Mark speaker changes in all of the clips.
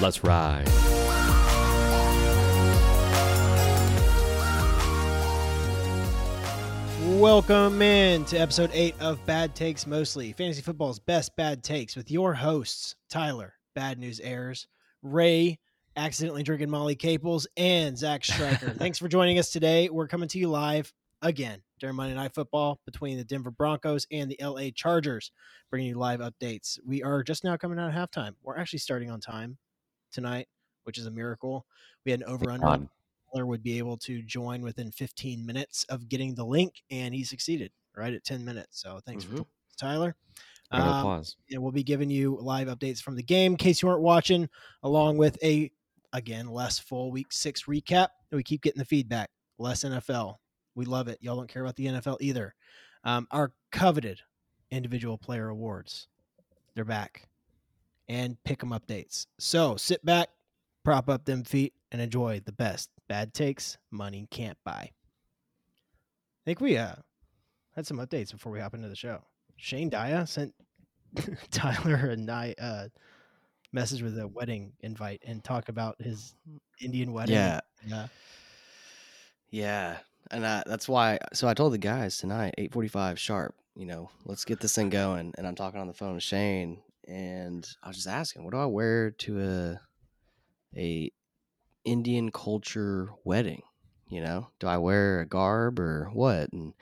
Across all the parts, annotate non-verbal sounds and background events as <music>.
Speaker 1: Let's ride.
Speaker 2: Welcome in to episode eight of Bad Takes Mostly, fantasy football's best bad takes with your hosts, Tyler, Bad News Airs, Ray, accidentally drinking Molly Caples, and Zach Stryker. Thanks for joining us today. We're coming to you live again during Monday Night Football between the Denver Broncos and the LA Chargers, bringing you live updates. We are just now coming out of halftime. We're actually starting on time tonight, which is a miracle. We had an over under
Speaker 1: On.
Speaker 2: Tyler would be able to join within 15 minutes of getting the link, and he succeeded right at 10 minutes. So thanks for
Speaker 1: Mhm.
Speaker 2: joining us, Tyler.
Speaker 1: Round of
Speaker 2: Um,
Speaker 1: applause.
Speaker 2: and we'll be giving you live updates from the game in case you weren't watching, along with a again less full week six recap. And we keep getting the feedback. Less NFL. We love it. Y'all don't care about the NFL either. Um, our coveted individual player awards. They're back. And pick 'em updates. So sit back, prop up them feet, and enjoy the best bad takes money can't buy. I think we uh, had some updates before we hop into the show. Shane Daya sent <laughs> Tyler and I uh message with a wedding invite and talk about his Indian wedding. uh,
Speaker 3: Yeah,
Speaker 2: Yeah.
Speaker 3: yeah, and I, that's why. So I told the guys tonight, eight forty-five sharp. You know, let's get this thing going. And I'm talking on the phone to Shane, and I was just asking, what do I wear to a a Indian culture wedding? You know, do I wear a garb or what? And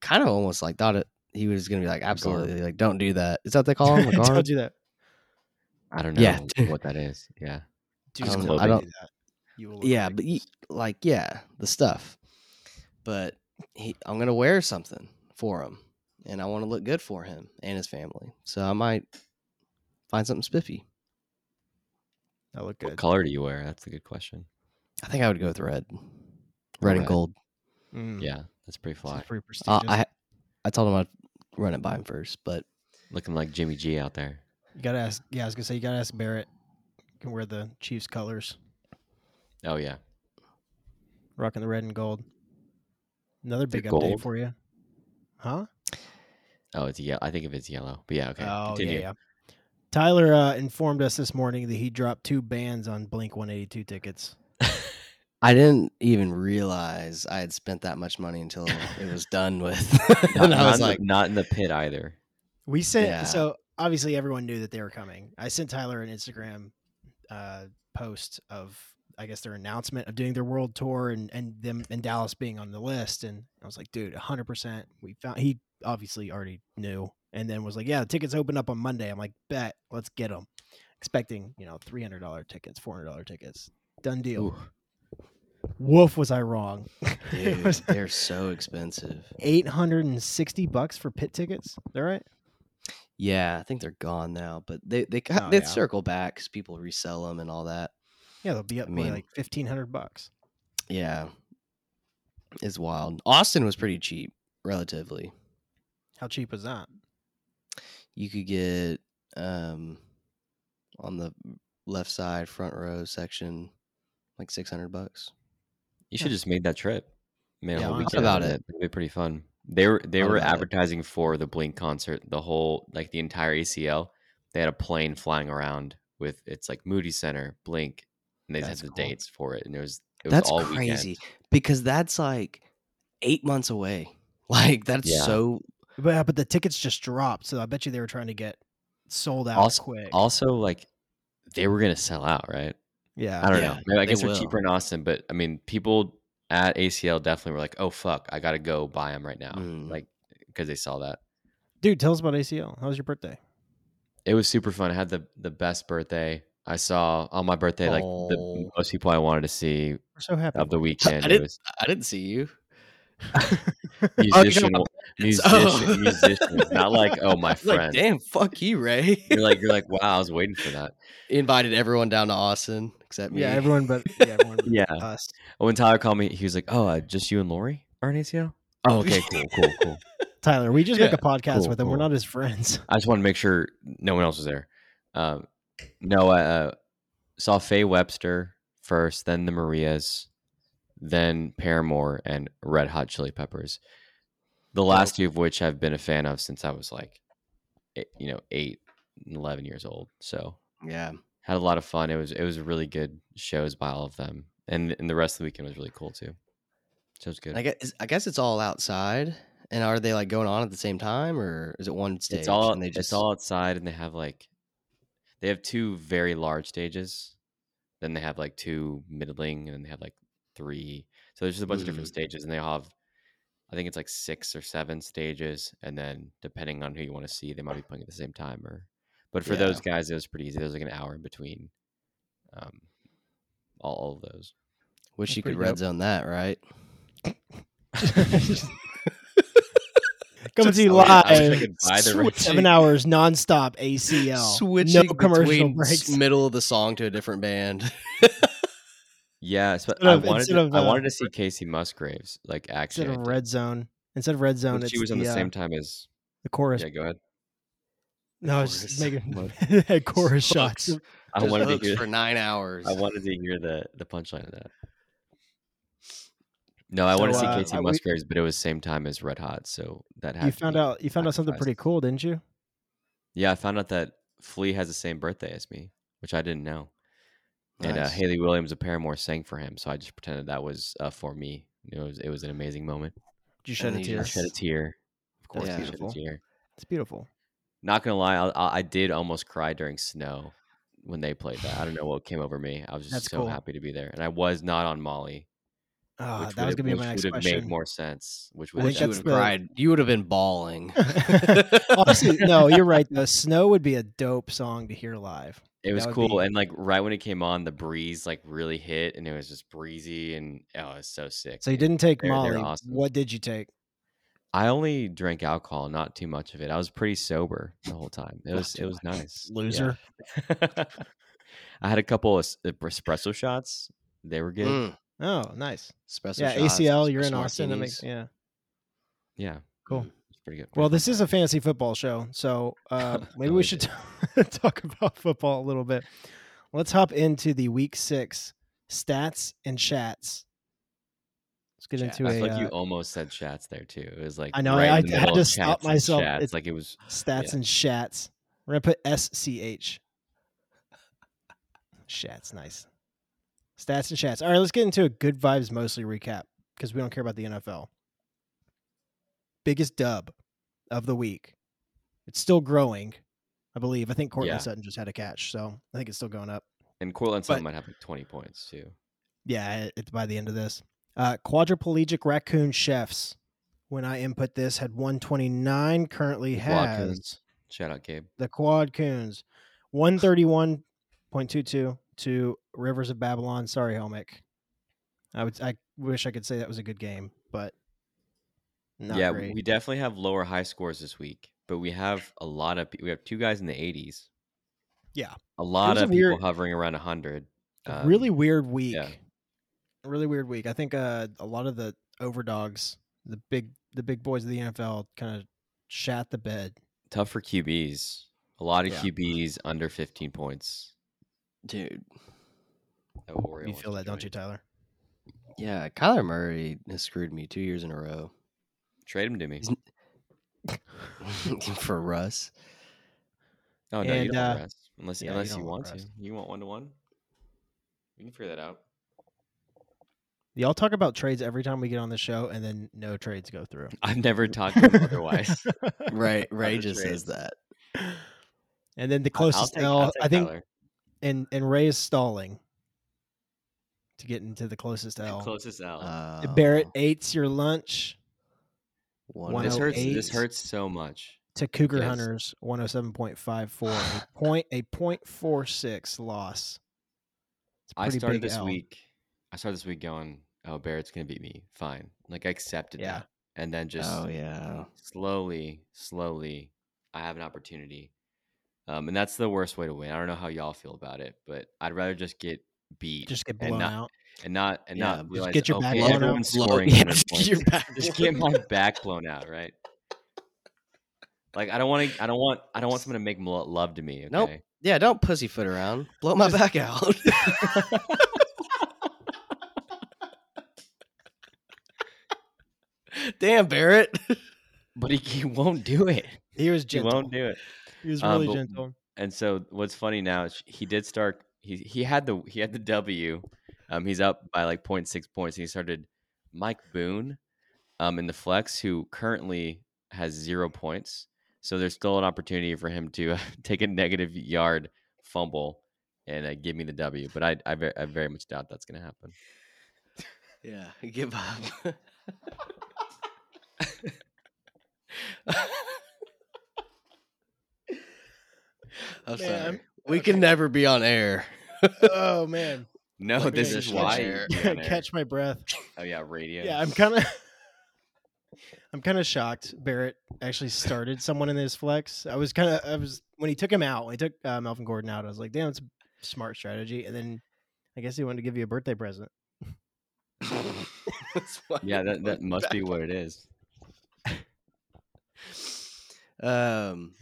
Speaker 3: kind of almost like thought it. He was gonna be like, absolutely, like don't do that. Is that what
Speaker 2: <laughs>
Speaker 3: they call him? A
Speaker 2: Don't
Speaker 3: garb?
Speaker 2: do that.
Speaker 1: I don't know
Speaker 3: yeah.
Speaker 1: what that is. Yeah.
Speaker 2: Do
Speaker 1: don't
Speaker 2: not
Speaker 1: know. I
Speaker 2: do
Speaker 3: don't-
Speaker 2: that. You will look
Speaker 3: yeah,
Speaker 2: like-
Speaker 3: but you, like, yeah, the stuff. But he, I'm gonna wear something for him, and I want to look good for him and his family. So I might find something spiffy.
Speaker 2: that look
Speaker 1: What
Speaker 2: good.
Speaker 1: color do you wear? That's a good question.
Speaker 3: I think I would go with red, red and
Speaker 1: Red.
Speaker 3: gold.
Speaker 2: Mm,
Speaker 1: Yeah. That's pretty
Speaker 2: this is
Speaker 1: fly.
Speaker 2: pretty
Speaker 3: Uh,
Speaker 2: prestigious.
Speaker 3: I, I told him I'd run it by him first, but
Speaker 1: Looking like Jimmy G out there.
Speaker 2: you gotta ask yeah, I was gonna say you gotta ask Barrett. You can wear the Chiefs colors,
Speaker 1: Oh, yeah.
Speaker 2: rocking the red and gold. Another
Speaker 1: The
Speaker 2: big update
Speaker 1: gold?
Speaker 2: for you. Huh?
Speaker 1: Oh, it's yellow. I think of it's yellow. But yeah, okay.
Speaker 2: Oh
Speaker 1: continue.
Speaker 2: yeah, yeah. Tyler uh, informed us this morning that he dropped two bands on Blink 182 tickets.
Speaker 3: I didn't even realize I had spent that much money until it <laughs> was done with.
Speaker 1: Not,
Speaker 3: <laughs> and I was
Speaker 1: not
Speaker 3: like,
Speaker 1: in the, not in the pit either.
Speaker 2: We sent
Speaker 3: Yeah.
Speaker 2: so obviously everyone knew that they were coming. I sent Tyler an Instagram uh, post of I guess their announcement of doing their world tour and and them and Dallas being on the list. And I was like, dude, 100. percent We found he obviously already knew, and then was like, yeah, the tickets open up on Monday. I'm like, bet, let's get them. Expecting you know 300 dollar tickets, 400 dollar tickets, done deal.
Speaker 1: Ooh.
Speaker 2: Woof, was I wrong? <laughs> It
Speaker 3: dude,
Speaker 2: was-
Speaker 3: they're so expensive.
Speaker 2: 860 bucks for pit tickets. Is that right?
Speaker 3: Yeah, I think they're gone now, but they they ca-
Speaker 2: Oh,
Speaker 3: they
Speaker 2: yeah.
Speaker 3: circle back 'cause people resell them and all that.
Speaker 2: Yeah, they'll be up
Speaker 3: I
Speaker 2: by
Speaker 3: mean-
Speaker 2: like 1500 bucks.
Speaker 3: Yeah, it's wild. Austin was pretty cheap, relatively.
Speaker 2: How cheap was that?
Speaker 3: You could get um on the left side front row section like six hundred bucks.
Speaker 1: You should just made that trip. Man,
Speaker 2: Yeah,
Speaker 1: a whole
Speaker 2: honestly.
Speaker 1: weekend out
Speaker 3: About
Speaker 1: of
Speaker 3: it.
Speaker 1: It'd be pretty fun. They were they
Speaker 3: Thought
Speaker 1: were
Speaker 3: about it.
Speaker 1: advertising for the Blink concert, the whole like the entire ACL. They had a plane flying around with it's like Moody Center, Blink, and they
Speaker 3: That's
Speaker 1: had the
Speaker 3: cool.
Speaker 1: dates for it, and it was it was
Speaker 3: That's
Speaker 1: all
Speaker 3: crazy
Speaker 1: Weekend.
Speaker 3: because that's like eight months away. <laughs> Like that's
Speaker 1: Yeah.
Speaker 3: so
Speaker 2: But yeah, but the tickets just dropped, so I bet you they were trying to get sold out
Speaker 1: Also-
Speaker 2: quick.
Speaker 1: Also, like they were gonna sell out, right?
Speaker 2: yeah,
Speaker 1: I don't
Speaker 3: yeah,
Speaker 1: know. Maybe I
Speaker 3: they
Speaker 1: guess they're
Speaker 3: will.
Speaker 1: cheaper in Austin, but I mean, people at ACL definitely were like, "Oh fuck, I gotta go buy them right now,"
Speaker 3: Mm.
Speaker 1: like because they saw that.
Speaker 2: dude, tell us about ACL. How was your birthday?
Speaker 1: it was super fun. I had the the best birthday. I saw on my birthday like the
Speaker 3: Oh.
Speaker 1: most people I wanted to see
Speaker 2: We're so happy.
Speaker 1: of <laughs> the weekend. It
Speaker 3: didn't-
Speaker 1: was
Speaker 3: I didn't see you.
Speaker 1: musician,
Speaker 3: about
Speaker 1: <laughs> musician,
Speaker 3: Oh.
Speaker 1: <laughs> musician. Not like oh my
Speaker 3: It's Like,
Speaker 1: friend.
Speaker 3: damn, fuck you, Ray.
Speaker 1: you're like you're like wow. I was waiting for that.
Speaker 3: <laughs> invited everyone down to Austin except me.
Speaker 2: yeah, everyone <laughs> but yeah, everyone but
Speaker 1: Yeah.
Speaker 2: us.
Speaker 1: When Tyler called me, he was like, "Oh, uh, just you and Lori are an ACL." Oh, <laughs> okay, cool, cool, cool.
Speaker 2: Tyler, we just make
Speaker 3: Yeah,
Speaker 2: a podcast
Speaker 1: cool,
Speaker 2: with him. We're
Speaker 1: cool.
Speaker 2: not his <laughs> friends.
Speaker 1: I just wanted to make sure no one else was there. Um, no, I uh, saw Faye Webster first, then the Marias, then Paramore and Red Hot Chili Peppers. The last two of which I've been a fan e, of since I was like, eight, you know, eight and eleven years old. So
Speaker 3: Yeah.
Speaker 1: had a lot of fun. It was it was really good shows by all of them, and and the rest of the weekend was really cool too. So it's good.
Speaker 3: And I guess I guess it's all outside. And are they like going on at the same time, or is it one stage?
Speaker 1: it's all
Speaker 3: and they
Speaker 1: it's all outside, and they have like they have two very large stages. Then they have like two middling, and then they have like three. So there's just a bunch of different stages, and they all have. I think it's like six or seven stages, and then depending on who you want to see, they might be playing at the same time. Or, but for
Speaker 3: Yeah.
Speaker 1: those guys, it was pretty easy. There was like an hour in between, um, all, all of those.
Speaker 3: wish
Speaker 2: That's
Speaker 3: you could
Speaker 2: pretty
Speaker 3: red
Speaker 2: dope.
Speaker 3: zone that, right?
Speaker 2: Coming to
Speaker 1: I
Speaker 2: you
Speaker 1: wish-
Speaker 2: live.
Speaker 1: I wish I could buy the
Speaker 2: Sweet.
Speaker 1: red
Speaker 2: Seven hours nonstop ACL.
Speaker 3: Switching
Speaker 2: no commercial
Speaker 3: between
Speaker 2: breaks.
Speaker 3: s- middle of the song to a different <laughs> band.
Speaker 1: Yeah, so
Speaker 2: Instead
Speaker 1: I
Speaker 2: of-
Speaker 1: wanted
Speaker 2: instead
Speaker 1: to,
Speaker 2: of,
Speaker 1: I
Speaker 2: uh,
Speaker 1: wanted to see Casey Musgraves like actually.
Speaker 2: instead
Speaker 1: I
Speaker 2: of
Speaker 1: did.
Speaker 2: red zone. Instead of red zone,
Speaker 1: But
Speaker 2: it's
Speaker 1: she was on the,
Speaker 2: uh,
Speaker 1: same time as.
Speaker 2: the chorus.
Speaker 1: Yeah, go ahead.
Speaker 2: no, I was just
Speaker 3: Chorus.
Speaker 2: <laughs> making had chorus shots.
Speaker 3: Hooks.
Speaker 1: I
Speaker 3: Just
Speaker 1: wanted to
Speaker 3: hooks
Speaker 1: hear.
Speaker 3: for nine hours.
Speaker 1: <laughs> I wanted to hear the the punchline of that. No, I
Speaker 2: So,
Speaker 1: wanted to see
Speaker 2: uh,
Speaker 1: Casey
Speaker 2: uh, we-
Speaker 1: Musgraves, but it was same time as Red Hot, so that had
Speaker 2: You
Speaker 1: to
Speaker 2: found
Speaker 1: be-
Speaker 2: out you found out something pretty
Speaker 1: sacrificed.
Speaker 2: cool, didn't you?
Speaker 1: Yeah, I found out that Flea has the same birthday as me, which I didn't know. And uh,
Speaker 3: Nice.
Speaker 1: Haley Williams of Paramore sang for him, so I just pretended that was uh, for me. It was it was an amazing moment.
Speaker 2: Did you shed
Speaker 3: And
Speaker 2: a
Speaker 3: you
Speaker 2: tear?
Speaker 1: I shed a
Speaker 3: Yes.
Speaker 1: tear. Of course,
Speaker 3: That's
Speaker 1: I shed a
Speaker 3: beautiful.
Speaker 1: tear.
Speaker 2: It's beautiful.
Speaker 1: Not gonna lie, I, I I did almost cry during snow when they played that. I don't know what came over me. I was just
Speaker 2: That's
Speaker 1: so
Speaker 2: cool.
Speaker 1: happy to be there, and I was not on Molly,
Speaker 2: Ah,
Speaker 1: which
Speaker 2: that was
Speaker 1: would have-
Speaker 2: gonna be
Speaker 1: which
Speaker 2: my next
Speaker 1: would have
Speaker 2: question.
Speaker 1: made more <laughs> sense. Which
Speaker 2: I
Speaker 1: would
Speaker 2: think
Speaker 1: have
Speaker 3: you would
Speaker 2: that's
Speaker 3: have
Speaker 2: the-
Speaker 3: cried. You would have been bawling.
Speaker 2: <laughs> Honestly,
Speaker 3: <laughs>
Speaker 2: no, you're right. though. snow would be a dope song to hear live.
Speaker 1: It was
Speaker 2: would
Speaker 1: cool,
Speaker 2: be-
Speaker 1: and like right when it came on, the breeze like really hit, and it was just breezy, and oh, it's so sick.
Speaker 2: So you
Speaker 1: dude.
Speaker 2: didn't take
Speaker 1: They're- they're
Speaker 2: Molly.
Speaker 1: awesome.
Speaker 2: What did you take?
Speaker 1: I only drank alcohol, not too much of it. I was pretty sober the whole time. It
Speaker 2: Not
Speaker 1: was
Speaker 2: too
Speaker 1: it was
Speaker 2: much.
Speaker 1: nice. Yeah.
Speaker 2: Loser.
Speaker 1: <laughs> I had a couple of s- uh, espresso shots. They were good.
Speaker 3: Mm,
Speaker 2: Oh, nice.
Speaker 3: espresso
Speaker 2: yeah,
Speaker 3: shots,
Speaker 2: ACL. You're in
Speaker 3: espresso
Speaker 2: Austin. That
Speaker 3: martinis.
Speaker 2: makes, yeah.
Speaker 1: Yeah,
Speaker 2: Cool.
Speaker 1: it's pretty good.
Speaker 2: Well, this is a fantasy football show,
Speaker 1: <laughs>
Speaker 2: so uh, maybe we
Speaker 1: Always
Speaker 2: should <laughs> talk about football a little bit. Let's hop into the Week Six stats and chats. Let's get
Speaker 3: Chat.
Speaker 2: into
Speaker 1: I feel
Speaker 2: a
Speaker 1: like you
Speaker 2: uh,
Speaker 1: almost said chats there too. It was like
Speaker 2: I know,
Speaker 1: Right
Speaker 2: I-
Speaker 1: in the
Speaker 2: I had
Speaker 1: middle
Speaker 2: to
Speaker 1: of
Speaker 2: stop
Speaker 1: chats and
Speaker 2: myself.
Speaker 1: Chats.
Speaker 2: It's-
Speaker 1: like it was
Speaker 2: stats
Speaker 1: yeah.
Speaker 2: and chats. We're gonna put S C H. Shats, nice. Stats and chats. All right, let's get into a good vibes mostly recap because we don't care about the NFL. Biggest dub of the week. It's still growing, I believe. I think Cortland
Speaker 1: Yeah.
Speaker 2: Sutton just had a catch, so I think it's still going up.
Speaker 1: and Cortland Sutton
Speaker 2: but-
Speaker 1: might have like twenty points too.
Speaker 2: Yeah, it- it's by the end of this. Uh, quadriplegic raccoon chefs. When I input this, had 129. Currently has
Speaker 1: Watkins. Shout out Gabe.
Speaker 2: the quad coons 131.22 to rivers of babylon sorry helmick i would i wish i could say that was a good game but not
Speaker 1: yeah,
Speaker 2: great.
Speaker 1: we definitely have lower high scores this week, but we have a lot of pe- we have two guys in the eighties.
Speaker 2: Yeah.
Speaker 1: a lot
Speaker 2: was
Speaker 1: of
Speaker 2: a
Speaker 1: people
Speaker 2: weird-
Speaker 1: hovering around hundred. um,
Speaker 2: A really weird week really weird week i think uh, a lot of the overdogs the big the big boys of the nfl kind of shat the bed
Speaker 1: tough for QBs. A lot of
Speaker 2: Yeah.
Speaker 1: QBs under fifteen points.
Speaker 3: Dude,
Speaker 1: That Oreo
Speaker 2: you
Speaker 1: was
Speaker 2: feel that don't
Speaker 1: enjoying.
Speaker 2: you tyler
Speaker 3: yeah, Kyler Murray has screwed me two years in a row <laughs>
Speaker 1: Trade him to me.
Speaker 3: Isn't- for Russ.
Speaker 1: Oh no, you
Speaker 2: and,
Speaker 1: don't want
Speaker 2: uh,
Speaker 1: rest unless
Speaker 2: yeah, you
Speaker 1: unless
Speaker 2: don't
Speaker 1: you
Speaker 2: want
Speaker 1: want to.
Speaker 2: rest.
Speaker 1: You want one to one. We can figure that
Speaker 2: <laughs>
Speaker 1: out.
Speaker 2: y'all talk about trades every time we get on the show and then no trades go through
Speaker 1: <laughs> I've never talked to him otherwise.
Speaker 2: <laughs>
Speaker 3: Right, Ray
Speaker 1: Other
Speaker 3: just
Speaker 1: trades.
Speaker 3: says that.
Speaker 2: and then the
Speaker 1: I'll- I'll
Speaker 2: closest
Speaker 1: take-
Speaker 2: L,
Speaker 1: I'll
Speaker 2: I
Speaker 1: take
Speaker 2: think
Speaker 1: Tyler.
Speaker 2: and and Ray is stalling to get into the closest L. Uh,
Speaker 1: closest L.
Speaker 2: Barrett
Speaker 3: uh,
Speaker 1: oh.
Speaker 2: oh eats your lunch
Speaker 3: one
Speaker 1: this hurts. This
Speaker 2: 108.
Speaker 1: hurts so much.
Speaker 2: to Cougar
Speaker 1: Yes.
Speaker 2: Hunters
Speaker 1: <sighs>
Speaker 2: 107.54, a point a point four six loss. It's a
Speaker 1: I
Speaker 2: pretty
Speaker 1: started
Speaker 2: big
Speaker 1: this
Speaker 2: L.
Speaker 1: week. I started this week going. Oh, Barrett's gonna beat me. Fine. Like I accepted
Speaker 2: Yeah.
Speaker 1: that, and then just
Speaker 3: oh yeah.
Speaker 1: slowly, slowly, I have an opportunity. Um, and that's the worst way to win. I don't know how y'all feel about it, but I'd rather just get beat,
Speaker 2: Just get
Speaker 1: and
Speaker 2: blown
Speaker 1: not,
Speaker 2: out.
Speaker 1: <laughs> and not and
Speaker 3: Yeah,
Speaker 1: not
Speaker 3: just
Speaker 1: realize,
Speaker 2: get your back
Speaker 1: okay,
Speaker 2: blown out.
Speaker 1: everyone's
Speaker 2: <laughs>
Speaker 3: Blow-
Speaker 1: scoring
Speaker 3: yeah,
Speaker 1: 100
Speaker 3: just
Speaker 1: points.
Speaker 3: get your back
Speaker 1: just
Speaker 3: blown
Speaker 1: get my back blown out, right? Like I don't want to. I don't want. I don't want someone to make lo- love to me. Okay?
Speaker 3: Nope. Yeah, don't pussyfoot around. Blow my back <laughs> out. Damn, Barrett.
Speaker 1: But he, he won't do it.
Speaker 2: He was
Speaker 1: He
Speaker 2: gentle.
Speaker 1: won't do it.
Speaker 2: He was
Speaker 1: Um,
Speaker 2: really
Speaker 1: but- <laughs>
Speaker 2: gentle.
Speaker 1: and so what's funny now is he did start. He he had the he had the W. Um, he's up by like 0.6 points. He started Mike Boone, um, in the flex, who currently has zero points. So there's still an opportunity for him to <laughs> take a negative yard fumble and uh, give me the W. But I I, ver- I very much doubt that's going to happen.
Speaker 3: Yeah, give up. I'm
Speaker 2: Man,
Speaker 3: sorry. We can
Speaker 2: okay.
Speaker 3: never be on <laughs> air.
Speaker 2: oh man,
Speaker 1: No,
Speaker 2: Let me
Speaker 1: this
Speaker 2: just
Speaker 1: is
Speaker 2: catch-
Speaker 1: why.
Speaker 3: air.
Speaker 1: you're
Speaker 2: <laughs>
Speaker 1: on air.
Speaker 2: catch my breath.
Speaker 1: Oh yeah, radio.
Speaker 2: Yeah, I'm kind of. <laughs> I'm kind of shocked. Barrett actually started someone in his flex. I was kind of, I was when he took him out, when he took uh, Melvin Gordon out. I was like, damn, it's a smart strategy. And then, I guess he wanted to give you a birthday present.
Speaker 3: That's why
Speaker 1: yeah,
Speaker 3: I'm
Speaker 1: that, that
Speaker 2: <laughs>
Speaker 3: going
Speaker 1: must
Speaker 3: back.
Speaker 1: be what it is.
Speaker 3: Um,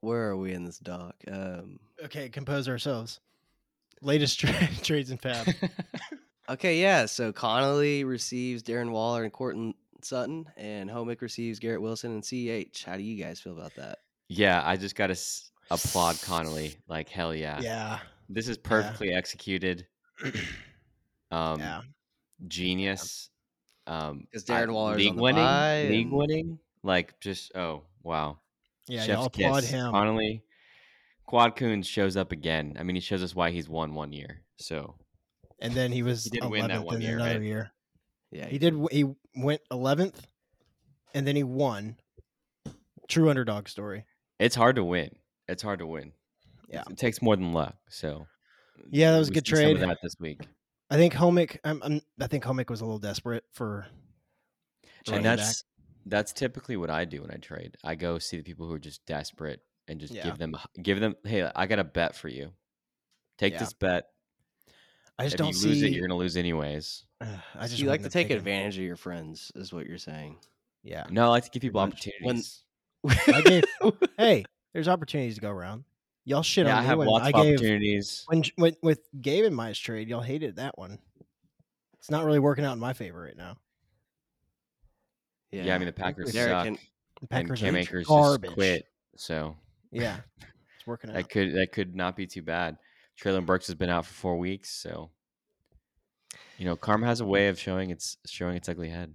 Speaker 3: where are we in this doc? Um,
Speaker 2: Okay, compose ourselves. Latest tra- <laughs> trades
Speaker 1: <laughs>
Speaker 2: and fab.
Speaker 3: okay, yeah. So Connolly receives Darren Waller and Cortland Sutton, and Homick receives Garrett Wilson and CEH. How do you guys feel about that?
Speaker 1: Yeah, I just got to s- applaud Connolly. Like hell yeah.
Speaker 2: yeah,
Speaker 1: This is perfectly
Speaker 2: <clears throat>
Speaker 1: executed. Um,
Speaker 2: Yeah.
Speaker 1: genius. Um,
Speaker 3: 'Cause
Speaker 1: I-
Speaker 3: Darren Waller's on
Speaker 1: league
Speaker 3: the bye
Speaker 1: winning, league
Speaker 3: and-
Speaker 1: winning. Like just oh wow.
Speaker 2: yeah.
Speaker 1: Chef's
Speaker 2: y'all applaud
Speaker 1: kiss.
Speaker 2: him.
Speaker 1: Connolly, Quad Coon shows up again. I mean, he shows us why he's won one year. So
Speaker 2: And then he was
Speaker 1: He did win that
Speaker 2: 11th
Speaker 1: one
Speaker 2: in
Speaker 1: year,
Speaker 2: another
Speaker 1: right?
Speaker 2: year.
Speaker 3: Yeah,
Speaker 2: He did. w- He went 11th, and then he won. True underdog story.
Speaker 1: it's hard to win. It's hard to win.
Speaker 2: Yeah.
Speaker 1: it takes more than luck. So
Speaker 2: Yeah, that was a
Speaker 1: we
Speaker 2: good
Speaker 1: see some of
Speaker 2: trade.
Speaker 1: that this week.
Speaker 2: I think Homick. I'm, I'm, I think Homick was a little desperate for.
Speaker 1: and
Speaker 2: running back.
Speaker 1: that's that's typically what I do when I trade. I go see the people who are just desperate and just
Speaker 2: Yeah.
Speaker 1: give them give them. Hey, I got a bet for you. Take
Speaker 2: Yeah.
Speaker 1: this bet.
Speaker 2: I just
Speaker 1: if
Speaker 2: don't
Speaker 1: you
Speaker 2: see.
Speaker 1: lose it, you're gonna lose anyways.
Speaker 2: Ugh, <sighs> I just
Speaker 3: you
Speaker 2: wouldn't
Speaker 3: like to
Speaker 2: have
Speaker 3: take
Speaker 2: taken-
Speaker 3: advantage of your friends, is what you're saying.
Speaker 1: <laughs>
Speaker 2: Yeah.
Speaker 1: No, I like to give people
Speaker 3: much.
Speaker 1: opportunities.
Speaker 3: When-
Speaker 2: I
Speaker 3: <laughs>
Speaker 2: gave,
Speaker 1: <laughs>
Speaker 2: hey, there's opportunities to go around. Y'all shit
Speaker 1: yeah,
Speaker 2: on
Speaker 1: I
Speaker 2: me
Speaker 1: have
Speaker 2: when
Speaker 1: lots
Speaker 2: I
Speaker 1: of
Speaker 2: gave
Speaker 1: opportunities.
Speaker 2: when, when with Gabe and my trade. Y'all hated that one. It's not really working out in my favor right now.
Speaker 1: Yeah, I mean the Packers
Speaker 3: Derek
Speaker 1: suck
Speaker 3: and-
Speaker 2: The
Speaker 1: and
Speaker 2: Packers
Speaker 1: Cam
Speaker 2: are
Speaker 1: Akers
Speaker 2: garbage.
Speaker 1: just quit. So
Speaker 2: Yeah, it's working out.
Speaker 1: That could that could not be too bad. Traylon Burks has been out for four weeks, so you know karma has a way of showing its showing its ugly head.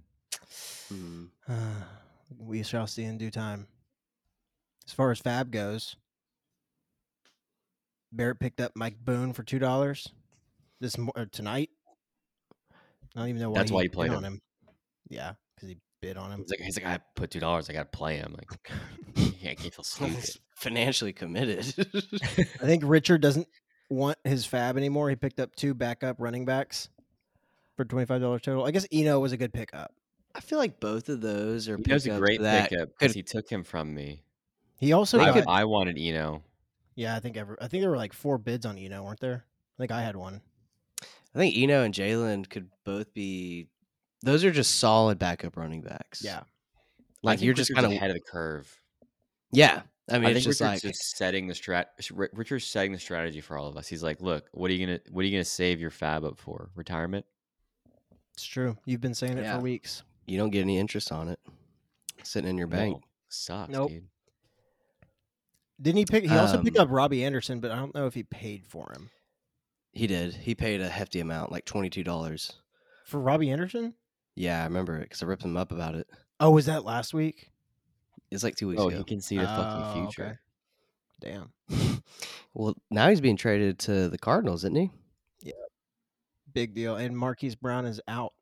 Speaker 3: Mhm.
Speaker 2: Mm-hmm.
Speaker 3: <laughs>
Speaker 2: <sighs> we shall see in due time. As far as Fab goes, Barrett picked up Mike Boone for two dollars this mo- or tonight. I don't even know why.
Speaker 1: That's why
Speaker 2: he
Speaker 1: you
Speaker 2: bid
Speaker 1: played
Speaker 2: on him. Yeah, because he bid on <laughs> him.
Speaker 1: He's like, he's like, I put two dollars, I got to play him. Like, <laughs> yeah, I can't
Speaker 2: <laughs>
Speaker 1: feel stupid.
Speaker 3: He's financially committed. <laughs>
Speaker 2: I think Richard doesn't want his Fab anymore. He picked up two backup running backs for twenty five dollars total. I guess Eno was a good pickup.
Speaker 3: I feel like both of those are
Speaker 1: He knows a
Speaker 3: pickups
Speaker 1: great
Speaker 3: that
Speaker 1: pickup because
Speaker 3: could-
Speaker 1: he took him from me.
Speaker 2: He also
Speaker 1: I,
Speaker 2: got,
Speaker 1: I wanted Eno.
Speaker 2: yeah. I think every, I think there were like four bids on Eno, weren't there? I think I had one.
Speaker 3: I think Eno and Jalen could both be. Those are just solid backup running backs.
Speaker 2: Yeah.
Speaker 1: I
Speaker 3: like
Speaker 1: think
Speaker 3: you're just
Speaker 1: Richard's
Speaker 3: kind of
Speaker 1: ahead of the curve.
Speaker 3: yeah. I mean,
Speaker 1: I, think
Speaker 3: it's just
Speaker 1: Richard's
Speaker 3: like
Speaker 1: just setting the strat. Ri- Richard's setting the strategy for all of us. He's like, look, what are you gonna what are you gonna save your fab up for? Retirement?
Speaker 2: It's true. You've been saying it
Speaker 3: Yeah.
Speaker 2: for weeks.
Speaker 3: you don't get any interest on it sitting in your bank.
Speaker 1: No, sucks,
Speaker 2: Nope.
Speaker 1: dude.
Speaker 2: Didn't he pick? He also picked
Speaker 3: Um,
Speaker 2: up Robbie Anderson, but I don't know if he paid for him.
Speaker 3: He did. He paid a hefty amount, like twenty two dollars.
Speaker 2: For Robbie Anderson?
Speaker 3: Yeah, I remember it because I ripped him up about it.
Speaker 2: Oh, was that last week?
Speaker 3: It's like two weeks
Speaker 1: Oh,
Speaker 3: ago.
Speaker 1: he can see the
Speaker 2: Oh,
Speaker 1: fucking
Speaker 2: okay.
Speaker 1: future.
Speaker 2: Damn,
Speaker 3: <laughs> well, now he's being traded to the Cardinals, isn't he?
Speaker 2: big deal. And Marquise Brown is out,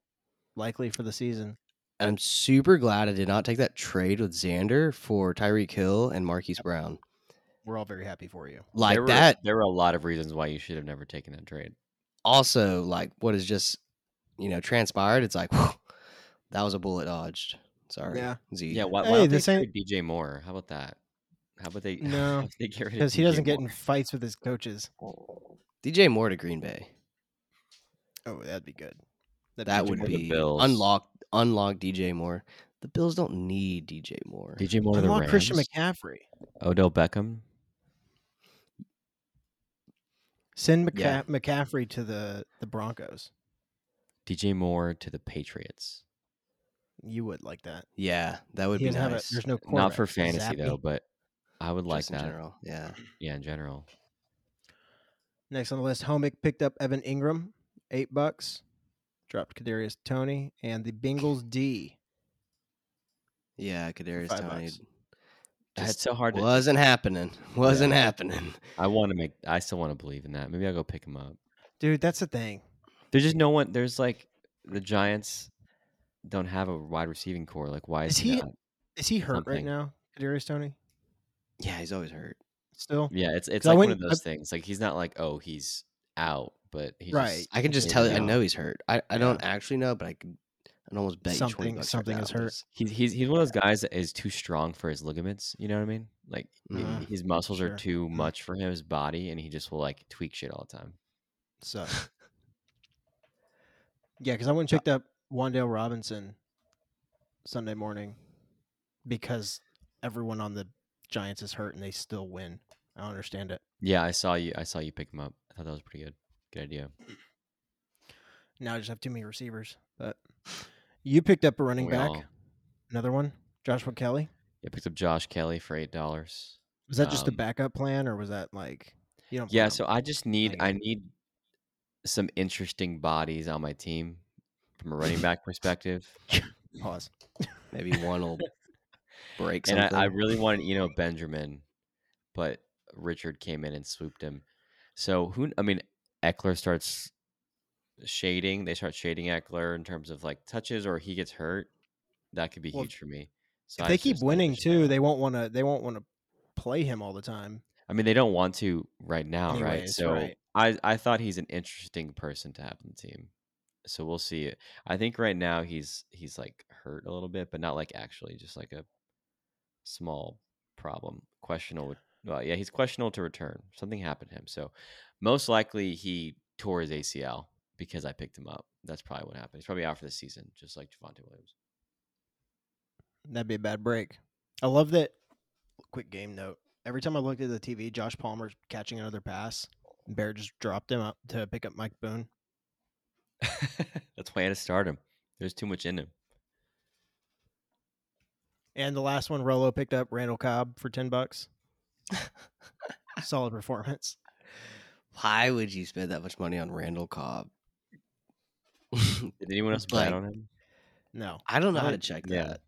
Speaker 2: likely for the season.
Speaker 3: I'm super glad I did not take that trade with Xander for Tyreek Hill and Marquise Brown.
Speaker 2: We're all very happy for you.
Speaker 3: Like
Speaker 1: there were,
Speaker 3: that
Speaker 1: There were a lot of reasons why you should have never taken that trade.
Speaker 3: also like what has just you know transpired it's like whew, that was a bullet dodged sorry
Speaker 2: Yeah.
Speaker 3: Z.
Speaker 1: Yeah, why, why
Speaker 2: Hey,
Speaker 1: don't
Speaker 2: this
Speaker 1: they
Speaker 2: ain't-
Speaker 1: trade DJ Moore? How about that? How about they? <laughs>
Speaker 2: No,
Speaker 1: they get rid of
Speaker 2: Because he
Speaker 1: DJ
Speaker 2: doesn't get in
Speaker 1: Moore?
Speaker 2: fights with his coaches.
Speaker 3: dj moore to green bay
Speaker 2: Oh, that'd be good. That'd
Speaker 3: that
Speaker 2: good
Speaker 3: would
Speaker 1: Moore
Speaker 2: for
Speaker 1: to
Speaker 2: the-
Speaker 3: be
Speaker 1: Bills.
Speaker 3: unlock unlock dj moore the bills don't need dj moore
Speaker 1: DJ Moore to
Speaker 2: I
Speaker 1: the
Speaker 2: want
Speaker 1: Rams.
Speaker 2: Christian McCaffrey.
Speaker 1: Odell Beckham.
Speaker 2: Send McCa-
Speaker 3: Yeah.
Speaker 2: McCaffrey to the the Broncos.
Speaker 1: DJ Moore to the Patriots.
Speaker 2: You would like that.
Speaker 3: yeah that would
Speaker 2: He
Speaker 3: be
Speaker 2: doesn't have a-
Speaker 3: nice
Speaker 2: there's no
Speaker 1: Not for
Speaker 2: quarterback.
Speaker 1: fantasy
Speaker 2: Zappy.
Speaker 1: though, but I would like
Speaker 3: just in
Speaker 1: that.
Speaker 3: general. Yeah.
Speaker 1: Yeah, in general.
Speaker 2: Next on the list, Homick picked up Evan Ingram, eight bucks. Dropped Kadarius Tony and the Bengals D.
Speaker 3: Yeah, Kadarius
Speaker 2: five
Speaker 3: Tony.
Speaker 2: bucks.
Speaker 1: That's
Speaker 3: Just
Speaker 1: Ah, so hard. To,
Speaker 3: wasn't happening. <laughs> Wasn't happening.
Speaker 1: I want to make. I still want to believe in that. Maybe I'll go pick him up.
Speaker 2: Dude, that's the thing.
Speaker 1: There's just no one. There's like the Giants don't have a wide receiving core. Like, why is,
Speaker 2: Is
Speaker 1: he?
Speaker 2: he-
Speaker 1: not-
Speaker 2: Is he hurt right
Speaker 1: Something.
Speaker 2: now, Kadarius Tony?
Speaker 3: Yeah, he's always hurt.
Speaker 1: <laughs>
Speaker 2: Still?
Speaker 1: Yeah, it's it's
Speaker 2: I
Speaker 1: like one of
Speaker 2: wouldn't- I-
Speaker 1: those things. Like he's not like oh he's out, but he's
Speaker 2: Right.
Speaker 1: Just,
Speaker 3: I can just
Speaker 1: Yeah,
Speaker 3: tell you, I
Speaker 1: yeah.
Speaker 3: know he's hurt. I, I don't actually know, but I can. I can almost bet you 20
Speaker 2: Something-
Speaker 3: bucks right
Speaker 2: something
Speaker 3: now
Speaker 2: is
Speaker 3: that
Speaker 2: hurt.
Speaker 3: it's-
Speaker 1: he's he's he's one of those guys that is too strong for his ligaments. You know what I mean? Like he-
Speaker 3: Mhm.
Speaker 1: his muscles
Speaker 2: Sure.
Speaker 1: are too much for him, his body, and he just will like tweak shit all the time.
Speaker 2: So. yeah, because I went and checked up Wandale Robinson Sunday morning because everyone on the Giants is hurt and they still win. I don't understand it.
Speaker 1: Yeah, I saw you. I saw you pick him up. I thought that was pretty good. Good idea.
Speaker 2: Now I just have too many receivers. But you picked up a running
Speaker 1: We
Speaker 2: back,
Speaker 1: all-
Speaker 2: another one, Joshua Kelly.
Speaker 1: Yeah, picked up Josh Kelly for eight dollars.
Speaker 2: Was that just the
Speaker 1: Um,
Speaker 2: backup plan, or was that like you don't?
Speaker 1: Yeah,
Speaker 2: plan
Speaker 1: so I just need
Speaker 2: Like-
Speaker 1: I need some interesting bodies on my team from a running back perspective,
Speaker 2: <laughs> them? pause.
Speaker 3: Maybe one will break
Speaker 1: and
Speaker 3: something.
Speaker 1: I, I really wanted Eno Benjamin, but Richard came in and swooped him. So who? I mean, Eckler starts shading. They start shading Eckler in terms of like touches, or he gets hurt. That could be
Speaker 2: Well,
Speaker 1: huge for me. So
Speaker 2: If
Speaker 1: I
Speaker 2: they
Speaker 1: just need
Speaker 2: keep
Speaker 1: some
Speaker 2: winning
Speaker 1: interesting
Speaker 2: too,
Speaker 1: bodies.
Speaker 2: they won't want to. They won't want to play him all the time.
Speaker 1: I mean, they don't want to right now, right?
Speaker 2: Anyways,
Speaker 1: So
Speaker 2: right.
Speaker 1: I, I thought he's an interesting person to have on the team. So we'll see. it. I think right now he's he's like hurt a little bit, but not like actually just like a small problem. Questionable. Well, yeah, he's questionable to return. Something happened to him, so most likely he tore his ACL because I picked him up. That's probably what happened. He's probably out for the season, just like Javante Williams.
Speaker 2: That'd be a bad break. I love that. Quick game note. Every time I looked at the TV, Josh Palmer's catching another pass. and Bear just dropped him up to pick up Mike Boone.
Speaker 1: <laughs> That's why I had to start him. There's too much in him.
Speaker 2: And the last one, Rolo picked up Randall Cobb for
Speaker 1: <laughs>
Speaker 2: ten bucks. Solid performance.
Speaker 3: Why would you spend that much money on Randall Cobb? <laughs>
Speaker 1: Did anyone else bet
Speaker 3: Like-
Speaker 1: on him?
Speaker 2: No,
Speaker 3: I don't know how
Speaker 2: Not-
Speaker 3: to check
Speaker 1: yeah.
Speaker 3: that.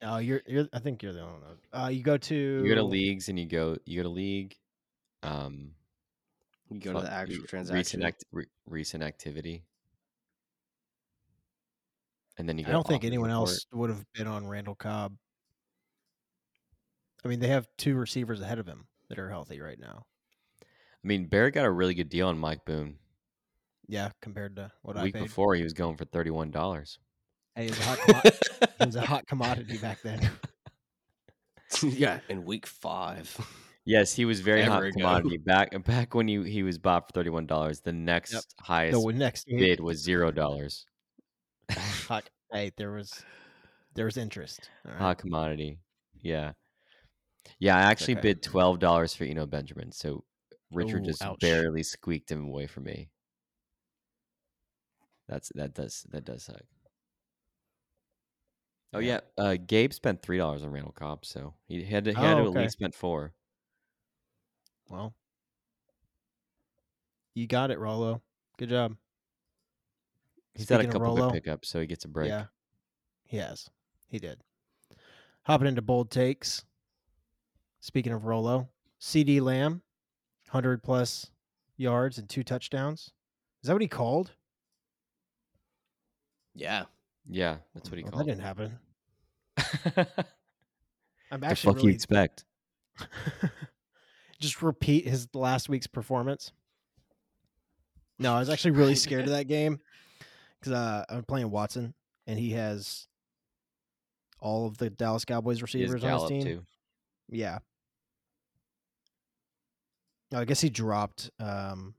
Speaker 2: no, you're, you're. I think you're the only one. Uh, you go to
Speaker 1: you go to leagues and you go you go to league um
Speaker 3: You go to
Speaker 1: fuck,
Speaker 3: the actual
Speaker 1: re-
Speaker 3: transaction.
Speaker 1: recent, act- re- recent activity and then you go
Speaker 2: I don't think
Speaker 1: offers
Speaker 2: anyone
Speaker 1: report.
Speaker 2: else would have been on Randall Cobb. I mean, they have two receivers ahead of him that are healthy right now.
Speaker 1: i mean barrett got a really good deal on mike boone
Speaker 2: Yeah, compared to what
Speaker 1: the
Speaker 2: I
Speaker 1: week
Speaker 2: paid.
Speaker 1: before he was going for $31
Speaker 2: Hey, it was a
Speaker 1: <laughs>
Speaker 2: hot, commo- <laughs> it was a hot commodity back then.
Speaker 3: <laughs>
Speaker 2: <laughs>
Speaker 3: yeah, in week five. <laughs>
Speaker 1: yes he was very
Speaker 3: Ever
Speaker 1: hot
Speaker 3: ago.
Speaker 1: commodity back back when he, he was bought for $31 the next highest
Speaker 2: The next week,
Speaker 1: bid was <laughs> $0
Speaker 2: hot, hey, there was there was interest. all right?
Speaker 1: hot commodity yeah yeah i actually
Speaker 3: okay.
Speaker 1: bid $12 for eno benjamin so Richard
Speaker 2: Ooh,
Speaker 1: just
Speaker 2: ouch.
Speaker 1: barely squeaked him away from me. That's that does that does suck. Oh yeah,
Speaker 3: Yeah.
Speaker 1: Uh, Gabe spent three dollars on Randall Cobb, so he had to, he had
Speaker 2: Oh,
Speaker 1: to
Speaker 2: okay.
Speaker 1: at least spent four.
Speaker 2: Well, you got it, Rollo. Good job.
Speaker 1: He's had a
Speaker 2: Speaking of
Speaker 1: couple good
Speaker 2: Rolo,
Speaker 1: pickups, so he gets a break.
Speaker 2: Yeah, he has. He did. Hopping into bold takes. Speaking of Rolo, CD Lamb, 100 plus yards and two touchdowns. Is that what he called?
Speaker 3: Yeah.
Speaker 1: Yeah, that's what he
Speaker 2: Well,
Speaker 1: called.
Speaker 2: Oh, That didn't happen.
Speaker 1: <laughs> it.
Speaker 2: I'm
Speaker 1: the
Speaker 2: actually
Speaker 1: fuck you
Speaker 2: really
Speaker 1: expect?
Speaker 2: <laughs> just repeat his last week's performance. No, I was actually
Speaker 1: <laughs>
Speaker 2: really scared of that game because uh, I'm playing Watson and he has all of the Dallas Cowboys
Speaker 1: He is
Speaker 2: receivers on his
Speaker 1: Gallup
Speaker 2: team.
Speaker 1: too. <laughs>
Speaker 2: Yeah. No, I guess he dropped um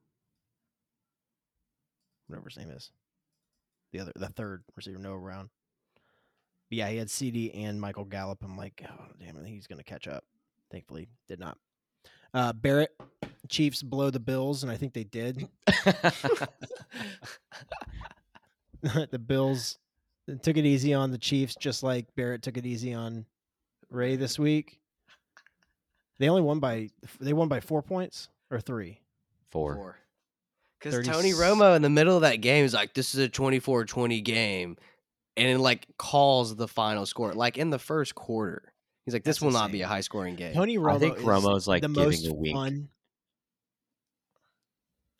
Speaker 2: whatever his name is. The other the third receiver, Noah Brown. But yeah, he had C D and Michael Gallup. I'm like, oh damn it, he's gonna catch up. Thankfully, did not. Uh Barrett, Chiefs blow the Bills, and I think they did. <laughs> the Bills uh, took it easy on the Chiefs, just like Barrett took it easy on Ray this week. They only won by they won by four points or three.
Speaker 1: Four.
Speaker 3: Because
Speaker 2: 30
Speaker 3: Tony
Speaker 2: s-
Speaker 3: Romo in the middle of that game is like, this is a 24 20 game. And it like calls the final score, like in the first quarter. He's like, this
Speaker 2: That's
Speaker 3: will not be
Speaker 2: insane.
Speaker 3: a high scoring game.
Speaker 2: Tony Romo
Speaker 1: I think
Speaker 2: is
Speaker 1: Romo's like
Speaker 2: the
Speaker 1: giving
Speaker 2: most
Speaker 1: a wink.
Speaker 2: fun.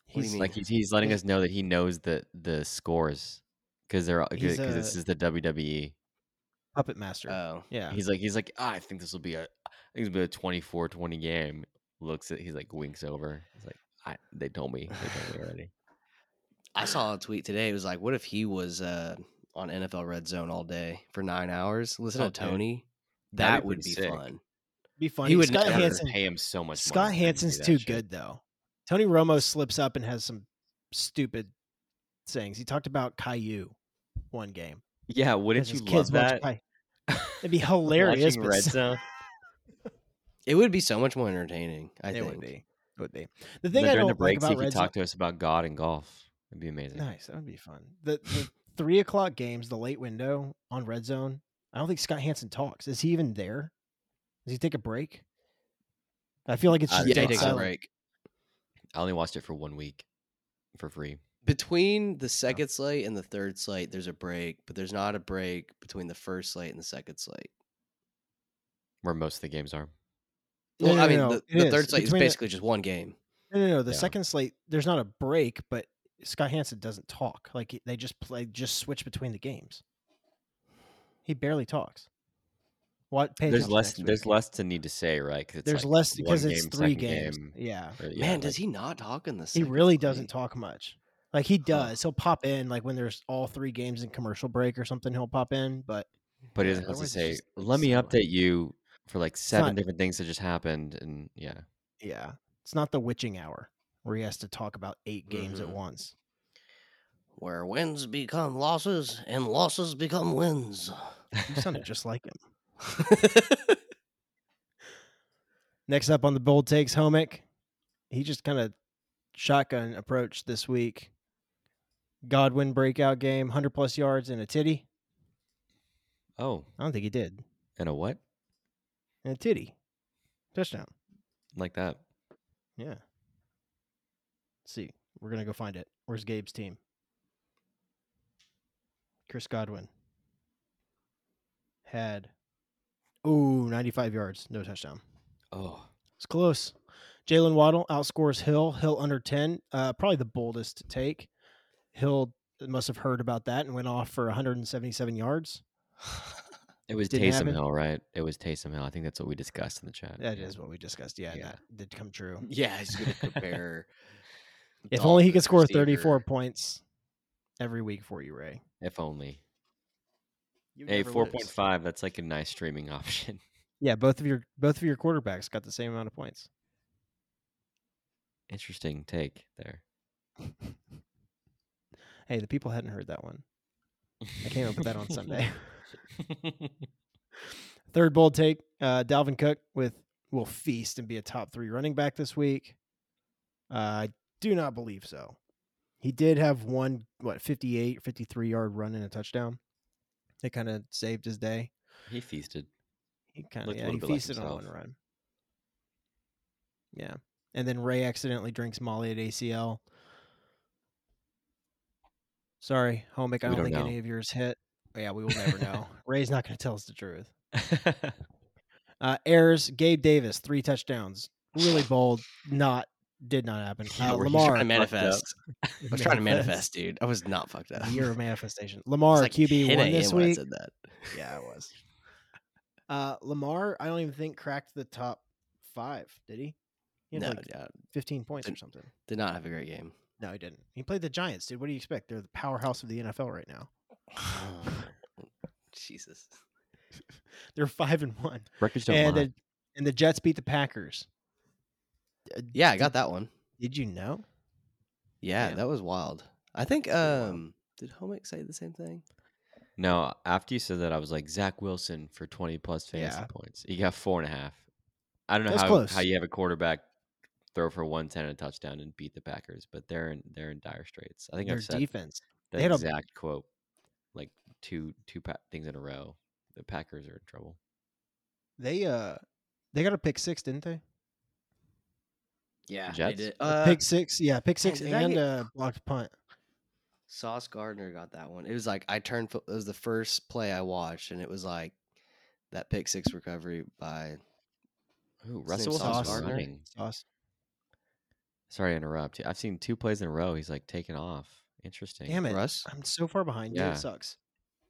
Speaker 3: What do you
Speaker 2: He's
Speaker 3: mean?
Speaker 1: Like he's, he's letting us know that he knows the the scores because they're because
Speaker 2: He's
Speaker 1: this
Speaker 2: a-
Speaker 1: is the WWE.
Speaker 2: puppet master.
Speaker 3: oh,
Speaker 2: yeah,
Speaker 1: Uh, He's like he's like "Ah, I think this will be a I think it'll be a 24-20 game. Looks at he's like winks over. He's like I, they told me they
Speaker 2: <sighs>
Speaker 1: told me already.
Speaker 3: I saw a tweet today. It was like, what if he was uh, on NFL Red Zone all day for nine hours? Listen
Speaker 1: Oh,
Speaker 3: to
Speaker 1: dude.
Speaker 3: Tony.
Speaker 1: That'd
Speaker 3: That
Speaker 1: be
Speaker 3: would
Speaker 1: pretty
Speaker 3: be
Speaker 1: sick.
Speaker 3: fun.
Speaker 2: be funny.
Speaker 3: he would
Speaker 2: Scott
Speaker 3: never
Speaker 2: Hansen.
Speaker 1: Pay him so much.
Speaker 2: Scott
Speaker 1: money for him to do
Speaker 2: Hansen's
Speaker 1: that
Speaker 2: too
Speaker 1: shit.
Speaker 2: good though. Tony Romo slips up and has some stupid sayings. He talked about Caillou one game.
Speaker 1: Yeah, wouldn't
Speaker 2: 'cause
Speaker 1: you
Speaker 2: his
Speaker 1: love that?
Speaker 2: watch Cai-
Speaker 1: <laughs>
Speaker 2: It'd be hilarious.
Speaker 1: Watching
Speaker 2: but
Speaker 1: Red
Speaker 2: so-
Speaker 1: Zone.
Speaker 3: It would be so much more entertaining, I
Speaker 2: it
Speaker 3: think.
Speaker 2: would be. It would be. The
Speaker 1: Then
Speaker 2: thing I
Speaker 1: during
Speaker 2: don't
Speaker 1: the
Speaker 2: like
Speaker 1: breaks, he
Speaker 2: about
Speaker 1: could
Speaker 2: Red Zone.
Speaker 1: talk to us about God and golf. It'd be amazing.
Speaker 2: Nice. That would be fun. The, the three o'clock games, the late window on Red Zone. I don't think Scott Hansen talks. Is he even there? Does he take a break? I feel like it's
Speaker 1: I
Speaker 2: just
Speaker 1: don't know.
Speaker 3: Yeah, he
Speaker 2: dead
Speaker 3: takes a
Speaker 2: silent.
Speaker 3: break.
Speaker 1: I only watched it for one week, for free.
Speaker 3: Between the second slate and the third slate, there's a break, but there's not a break between the first slate and the second slate.
Speaker 1: Where most of the games are.
Speaker 2: No,
Speaker 3: Well,
Speaker 2: no,
Speaker 3: I
Speaker 2: no,
Speaker 3: mean,
Speaker 2: no,
Speaker 3: the,
Speaker 2: it
Speaker 3: the third
Speaker 2: is. Between
Speaker 3: slate is
Speaker 2: the-
Speaker 3: basically just one game.
Speaker 2: No, no, no. The
Speaker 1: Yeah.
Speaker 2: second slate, there's not a break, but Scott Hansen doesn't talk. Like he- they just play, just switch between the games. He barely talks. What? pay
Speaker 1: There's
Speaker 2: attention
Speaker 1: less.
Speaker 2: next week.
Speaker 1: There's less to need to say, right? 'Cause it's
Speaker 2: There's
Speaker 1: like
Speaker 2: less
Speaker 1: one
Speaker 2: because it's
Speaker 1: game,
Speaker 2: three
Speaker 1: second
Speaker 2: games.
Speaker 1: game,
Speaker 2: Yeah.
Speaker 1: or- yeah,
Speaker 3: Man, does
Speaker 1: like-
Speaker 3: he not talk in this?
Speaker 2: He really doesn't talk much. Like he does. He'll pop in like when there's all three games in commercial break or something. He'll pop in, but
Speaker 1: But he
Speaker 3: Yeah,
Speaker 1: doesn't have to
Speaker 3: otherwise it's
Speaker 1: say,
Speaker 3: just
Speaker 1: "Let me
Speaker 3: silent.
Speaker 1: update <laughs> you for like seven
Speaker 2: not-
Speaker 1: different things that just happened," and yeah,
Speaker 2: yeah, it's not the witching hour where he has to talk about eight games
Speaker 3: Mhm.
Speaker 1: Mm-hmm.
Speaker 2: at once.
Speaker 3: Where wins become losses and losses become wins. <laughs>
Speaker 2: You
Speaker 1: <laughs>
Speaker 2: sounded just like him. Next up on the bold takes, Homick. He just kind of shotgun approach this week. Godwin breakout game, hundred plus yards and a titty.
Speaker 1: oh,
Speaker 2: I don't think he did.
Speaker 1: and a what
Speaker 2: And a titty, touchdown.
Speaker 1: like that?
Speaker 2: Yeah. Let's see, we're gonna go find it. Where's Gabe's team? Chris Godwin had ooh 95 yards, no touchdown.
Speaker 1: Oh,
Speaker 2: It's close. Jalen Waddle outscores Hill. Hill under ten. Uh, probably the boldest to take. Hill must have heard about that and went off for 177 yards.
Speaker 1: it was
Speaker 2: Didn't
Speaker 1: Taysom
Speaker 2: happen.
Speaker 1: Hill, right? It was Taysom Hill. I think that's what we discussed in the chat.
Speaker 2: That is what we discussed. Yeah,
Speaker 1: Yeah.
Speaker 2: that did come
Speaker 3: <laughs>
Speaker 2: true.
Speaker 3: yeah, he's going to compare.
Speaker 2: <laughs> If only he could
Speaker 3: Dolphins
Speaker 2: score
Speaker 3: receiver.
Speaker 2: 34 points every week for you, Ray.
Speaker 1: If only.
Speaker 2: You
Speaker 1: Hey,
Speaker 2: never
Speaker 1: four
Speaker 2: lose.
Speaker 1: point five. That's like a nice streaming <laughs> option.
Speaker 2: Yeah, both of your both of your quarterbacks got the same amount of points.
Speaker 1: Interesting take there.
Speaker 2: Hey, the people hadn't heard that one. I came up with that on Sunday. Third bold take: uh, Dalvin Cook with will feast and be a top three running back this week. Uh, I do not believe so. He did have one what 58, 53 yard run and a touchdown. That kind of saved his day.
Speaker 1: <laughs> he
Speaker 2: <laughs>
Speaker 1: feasted.
Speaker 2: He kind of
Speaker 1: Looked a
Speaker 2: yeah,
Speaker 1: little
Speaker 2: he
Speaker 1: bit like
Speaker 2: feasted on one
Speaker 1: himself.
Speaker 2: run. Yeah, and then Ray accidentally drinks Molly at ACL. Sorry, Homick. I
Speaker 1: We
Speaker 2: don't
Speaker 1: don't
Speaker 2: think
Speaker 1: know.
Speaker 2: any of yours hit. Oh, Yeah, we will never
Speaker 1: <laughs>
Speaker 2: know. Ray's not going to tell us the truth. Uh, errors. Gabe Davis, three touchdowns. Really bold. Not did not
Speaker 1: <laughs>
Speaker 2: happen.
Speaker 1: Yeah,
Speaker 2: Uh,
Speaker 1: where he's
Speaker 3: I was
Speaker 2: Lamar.
Speaker 3: trying to
Speaker 1: Fucked up.
Speaker 2: <laughs>
Speaker 3: manifest. I was trying to manifest, dude. I was not fucked up.
Speaker 2: You're a manifestation.
Speaker 3: <laughs> It was
Speaker 2: Lamar
Speaker 3: like
Speaker 2: QB
Speaker 3: 10
Speaker 2: one
Speaker 3: a.m.
Speaker 2: this
Speaker 3: when I
Speaker 2: week.
Speaker 3: said that.
Speaker 2: <laughs> Yeah, it was. Uh, Lamar, I don't even think cracked the top five. Did he? He had
Speaker 3: No,
Speaker 2: like
Speaker 3: yeah,
Speaker 2: 15 points or
Speaker 3: didn't-
Speaker 2: something.
Speaker 3: did not have a
Speaker 2: <sighs>
Speaker 3: great game. <sighs>
Speaker 2: No, he didn't. He played the Giants, dude. What do you expect? They're the powerhouse of the NFL right now.
Speaker 3: Jesus.
Speaker 2: They're five and one,
Speaker 1: Records don't
Speaker 2: and
Speaker 1: lie.
Speaker 2: the, and the Jets beat the Packers.
Speaker 3: Yeah, I got that one.
Speaker 2: Did you know?
Speaker 3: Yeah,
Speaker 2: Damn.
Speaker 3: that was wild. I think
Speaker 2: pretty wild.
Speaker 3: um did Homick say the same thing?
Speaker 1: No, after you said that, I was like Zach Wilson for twenty plus fantasy
Speaker 2: Yeah.
Speaker 1: points. He got four and a half. I don't know
Speaker 2: That's
Speaker 1: how
Speaker 2: close.
Speaker 1: how you have a quarterback throw for one ten and a touchdown and beat the Packers, but they're in they're in dire straits. I think
Speaker 2: Their
Speaker 1: I've said
Speaker 2: defense.
Speaker 1: the
Speaker 2: they had a-
Speaker 1: exact quote, like two two pa- things in a row. The Packers are in trouble.
Speaker 2: They uh, they got a pick six, didn't they?
Speaker 3: Yeah,
Speaker 1: Jets?
Speaker 3: they did.
Speaker 2: The
Speaker 3: Uh,
Speaker 2: pick six, yeah, pick six
Speaker 3: dang, dang
Speaker 2: and
Speaker 3: it.
Speaker 2: a blocked punt.
Speaker 3: Sauce Gardner got that one. It was like I turned. fo- It was the first play I watched, and it was like that pick six recovery by
Speaker 1: Ooh,
Speaker 3: His
Speaker 1: Russell
Speaker 3: name's
Speaker 1: Wilson's
Speaker 2: Sauce
Speaker 3: Gardner.
Speaker 1: running.
Speaker 2: Sauce.
Speaker 1: Sorry to interrupt. I've seen two plays in a row. He's like taking off. Interesting.
Speaker 2: Damn it!
Speaker 3: Russ.
Speaker 2: I'm so far behind. Yeah,
Speaker 1: Yeah.
Speaker 2: it sucks.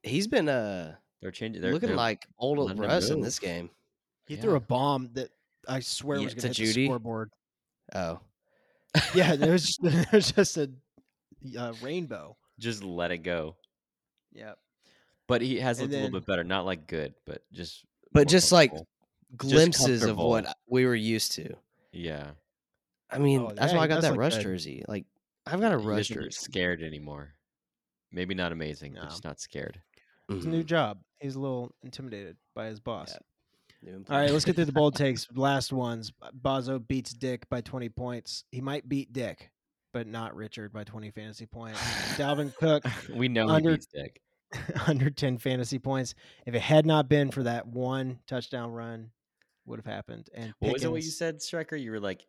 Speaker 3: He's been uh
Speaker 1: They're changing. They're,
Speaker 3: looking
Speaker 1: they're-
Speaker 3: like old
Speaker 1: letting him
Speaker 3: Russ in
Speaker 1: move.
Speaker 3: this game.
Speaker 2: He
Speaker 1: Yeah.
Speaker 2: threw a bomb that I swear
Speaker 3: Yeah,
Speaker 2: was
Speaker 3: to
Speaker 2: going to hit
Speaker 3: Judy.
Speaker 2: the scoreboard.
Speaker 3: Oh,
Speaker 2: Yeah, there was there was just <laughs> a uh, rainbow.
Speaker 1: just let it go.
Speaker 2: Yeah,
Speaker 1: But he has
Speaker 2: And
Speaker 1: looked a little
Speaker 2: then-
Speaker 1: bit better. Not like good, but just more
Speaker 3: but just like
Speaker 1: comfortable.
Speaker 3: glimpses of what
Speaker 1: comfortable.
Speaker 3: we were used to.
Speaker 1: yeah.
Speaker 3: I mean,
Speaker 2: Oh,
Speaker 3: that's
Speaker 2: dang,
Speaker 3: why I got
Speaker 2: that's
Speaker 3: that
Speaker 2: not
Speaker 3: Russ
Speaker 2: good.
Speaker 3: jersey. Like I've got a
Speaker 1: He
Speaker 3: Russ
Speaker 1: doesn't look
Speaker 3: jersey.
Speaker 1: scared anymore. Maybe not amazing, but
Speaker 2: No.
Speaker 1: just not
Speaker 2: <laughs>
Speaker 1: scared.
Speaker 3: Mm-hmm.
Speaker 2: it's a
Speaker 1: Mm-hmm.
Speaker 2: new job. He's a little intimidated by his boss.
Speaker 3: Yeah.
Speaker 2: All right, let's get
Speaker 3: <laughs>
Speaker 2: through the
Speaker 1: <laughs>
Speaker 2: bold takes. Last ones. Bozo beats Dick by 20 points. He might beat Dick, but not Richard by 20 fantasy points. Dalvin
Speaker 1: <laughs>
Speaker 2: Cook
Speaker 1: we know
Speaker 2: Under-
Speaker 1: he beats Dick.
Speaker 2: under 10 fantasy points. If it had not been for that one touchdown run, would have happened. And
Speaker 1: What was it? What you
Speaker 2: Pickens-
Speaker 1: said, Strecker? You were like,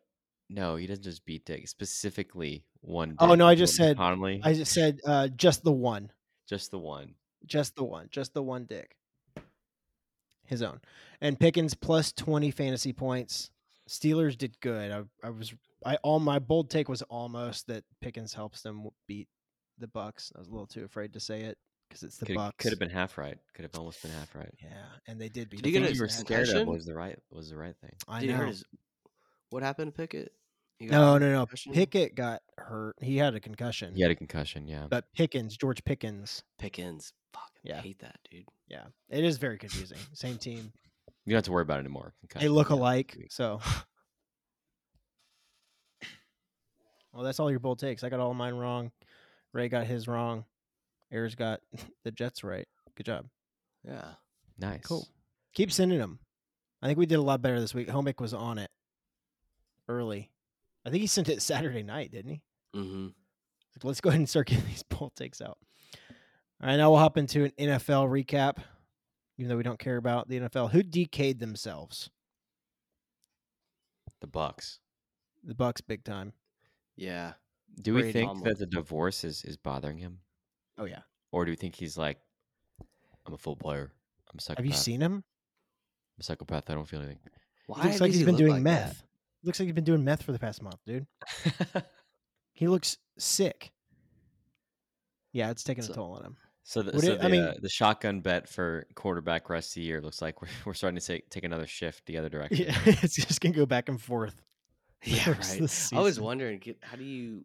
Speaker 1: no, he doesn't just beat Dick. Specifically, one. Dick.
Speaker 2: Oh, no, I
Speaker 1: with
Speaker 2: just
Speaker 1: Wilton
Speaker 2: said-
Speaker 1: Connolly,
Speaker 2: I just said uh, just the one,
Speaker 1: just the one.
Speaker 2: just the one, just the one Dick. His own. And Pickens plus 20 fantasy points. Steelers did good. I, I was I all my bold take was almost that Pickens helps them w- beat the Bucks. I was a little too afraid to say it because it's the
Speaker 1: Could
Speaker 2: Bucks.
Speaker 1: could have been half right. Could have almost been half right.
Speaker 2: Yeah, and they did beat.
Speaker 3: Did
Speaker 2: the
Speaker 3: he get
Speaker 1: What
Speaker 3: a
Speaker 2: Bucks.
Speaker 1: you were
Speaker 2: And
Speaker 1: scared of
Speaker 3: concussion?
Speaker 1: was the right was the right thing.
Speaker 2: I
Speaker 3: Dude, he
Speaker 2: know.
Speaker 3: hurt his- what happened to Pickett? He got
Speaker 2: No,
Speaker 3: a
Speaker 2: no, no.
Speaker 3: concussion?
Speaker 2: Pickett got hurt. He had a concussion.
Speaker 1: He had a concussion. Yeah.
Speaker 2: But Pickens, George Pickens.
Speaker 3: Pickens. Fuck,
Speaker 2: Yeah.
Speaker 3: I hate that, dude.
Speaker 2: Yeah. It is very confusing. Same team.
Speaker 1: You don't have to worry about it anymore.
Speaker 2: They
Speaker 1: Concussion,
Speaker 2: look
Speaker 1: yeah.
Speaker 2: alike.
Speaker 1: week. <laughs>
Speaker 2: So. Well, that's all your bold takes. I got all mine wrong. Ray got his wrong. Ayers got <laughs> the Jets right. Good job.
Speaker 3: Yeah.
Speaker 1: Nice.
Speaker 2: Cool. Keep sending them. I think we did a lot better this week. Homick was on it early. I think he sent it Saturday night, didn't he?
Speaker 3: Mm-hmm.
Speaker 2: Like, Let's go ahead and start <laughs> getting these poll takes out. All right, now we'll hop into an NFL recap, even though we don't care about the NFL. Who DK'd themselves?
Speaker 1: The Bucks.
Speaker 2: The Bucks, big time.
Speaker 3: Yeah.
Speaker 1: Do we
Speaker 3: Brady
Speaker 1: think
Speaker 3: Tomlin.
Speaker 1: that the divorce is is bothering him,
Speaker 2: Oh yeah.
Speaker 1: or do we think he's like, I'm a full player. I'm a psychopath.
Speaker 2: Have you seen him?
Speaker 1: I'm a psychopath. I don't feel anything.
Speaker 3: Why
Speaker 2: looks like
Speaker 3: does
Speaker 2: he's
Speaker 3: he
Speaker 2: been
Speaker 3: look
Speaker 2: doing
Speaker 3: like that?
Speaker 2: meth. Looks like he's been doing meth for the past month, dude. <laughs> He looks sick. Yeah, it's taking
Speaker 3: So-
Speaker 2: a toll
Speaker 1: <laughs>
Speaker 2: on him. <laughs>
Speaker 1: so the,
Speaker 2: Would
Speaker 1: so
Speaker 2: it-
Speaker 1: the,
Speaker 2: I mean-
Speaker 1: uh, the shotgun bet for quarterback rest of the year looks like we're, <laughs> we're starting to take, take another shift the other direction.
Speaker 2: <laughs> Yeah, it's just gonna go back and
Speaker 1: <laughs>
Speaker 2: forth.
Speaker 3: Yeah,
Speaker 2: Rest of
Speaker 3: right.
Speaker 2: the
Speaker 3: I was
Speaker 2: season.
Speaker 3: wondering, get- how do you,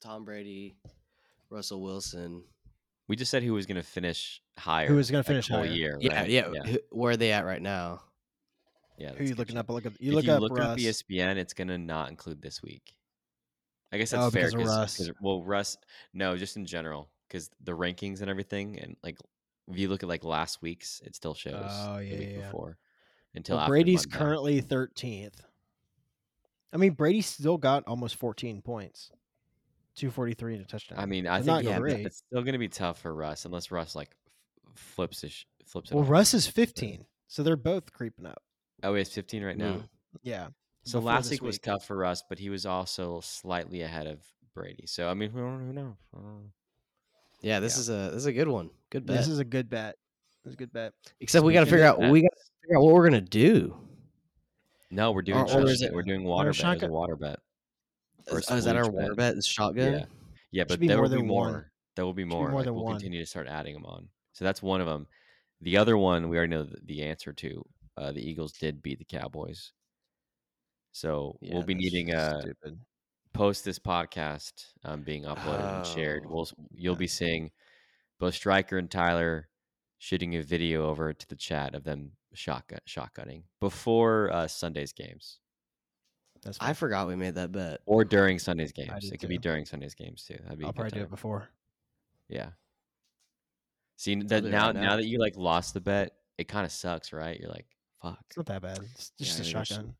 Speaker 3: Tom Brady, Russell Wilson?
Speaker 1: We just said who was going to finish higher.
Speaker 2: was gonna
Speaker 1: like,
Speaker 2: finish
Speaker 1: whole
Speaker 2: higher.
Speaker 1: year?
Speaker 3: Yeah,
Speaker 1: right?
Speaker 3: yeah.
Speaker 1: yeah.
Speaker 3: who- Where are they at right now?
Speaker 1: yeah
Speaker 2: Who you
Speaker 1: that's
Speaker 2: looking
Speaker 1: good.
Speaker 2: up? I look up. You
Speaker 1: if
Speaker 2: look
Speaker 1: you
Speaker 2: up uh,
Speaker 1: look
Speaker 2: Russ.
Speaker 1: up E ESPN, it's gonna not include this week. I guess that's
Speaker 2: Oh,
Speaker 1: fair
Speaker 2: because of Russ.
Speaker 1: well, Russ. No, just in general, because the rankings and everything, and like if you look at like last week's, it still shows
Speaker 2: Oh, yeah,
Speaker 1: the week
Speaker 2: yeah, yeah.
Speaker 1: before until
Speaker 2: Well,
Speaker 1: after
Speaker 2: Brady's
Speaker 1: Monday.
Speaker 2: currently thirteenth. I mean, Brady still got almost fourteen points, two forty three and a touchdown.
Speaker 1: I mean, I
Speaker 2: so
Speaker 1: think
Speaker 2: not
Speaker 1: yeah, but
Speaker 2: great.
Speaker 1: it's still gonna be tough for Russ unless Russ like f- flips his sh- flips it.
Speaker 2: well,
Speaker 1: off.
Speaker 2: Russ is fifteen, so they're both creeping up.
Speaker 1: Oh, he has 15 right now.
Speaker 3: Mm.
Speaker 2: Yeah.
Speaker 1: So
Speaker 2: before
Speaker 1: last
Speaker 2: this
Speaker 1: week was tough for Russ, but he was also slightly ahead of Brady. So I mean, who who knows? I don't know.
Speaker 3: Yeah, this
Speaker 2: Yeah.
Speaker 3: is a this is a good one. Good bet.
Speaker 2: This is a good bet. This is a good bet.
Speaker 3: Except we got to
Speaker 1: Speaking
Speaker 3: figure
Speaker 1: of
Speaker 3: out we
Speaker 1: bets-
Speaker 3: got to figure out what we're gonna do.
Speaker 1: No, we're doing
Speaker 3: or
Speaker 1: shot-
Speaker 3: is it-
Speaker 1: we're doing water bet. It's a
Speaker 2: Shaka-
Speaker 1: water bet. Or
Speaker 3: Is, oh, is that our
Speaker 1: splooge
Speaker 3: water
Speaker 1: bet.
Speaker 3: bet? Is shotgun?
Speaker 1: Yeah. Yeah, but
Speaker 2: be
Speaker 1: there
Speaker 2: more
Speaker 1: will be
Speaker 2: than one.
Speaker 1: more. There will be
Speaker 2: be
Speaker 1: more.
Speaker 2: more
Speaker 1: Like,
Speaker 2: than
Speaker 1: we'll
Speaker 2: one.
Speaker 1: continue to start adding them on. So that's one of them. The other one we already know th- the answer to. Uh, the Eagles did beat the Cowboys. So
Speaker 3: Yeah,
Speaker 1: we'll be
Speaker 3: that's
Speaker 1: needing uh,
Speaker 2: Stupid.
Speaker 1: post this podcast um, being uploaded and shared.
Speaker 3: Oh,
Speaker 1: We'll s- you'll be seeing both Stryker and Tyler shooting a video over to the chat of them shotgun shotgunning before uh, Sunday's games.
Speaker 2: That's
Speaker 3: I
Speaker 2: fine.
Speaker 3: forgot we made that bet.
Speaker 1: or during Sunday's games.
Speaker 2: Oh, did
Speaker 1: It could be
Speaker 2: too.
Speaker 1: during Sunday's games too. That'd be. a
Speaker 2: I'll
Speaker 1: good
Speaker 2: probably do
Speaker 1: time.
Speaker 2: it before.
Speaker 1: Yeah. See n- that
Speaker 3: do it
Speaker 1: now,
Speaker 3: right
Speaker 1: now.
Speaker 3: now.
Speaker 1: that you like lost the bet, it kind of sucks, right? You're like, fuck.
Speaker 2: It's not that bad. It's
Speaker 3: Yeah,
Speaker 2: just a
Speaker 3: I mean, there's-
Speaker 2: shotgun.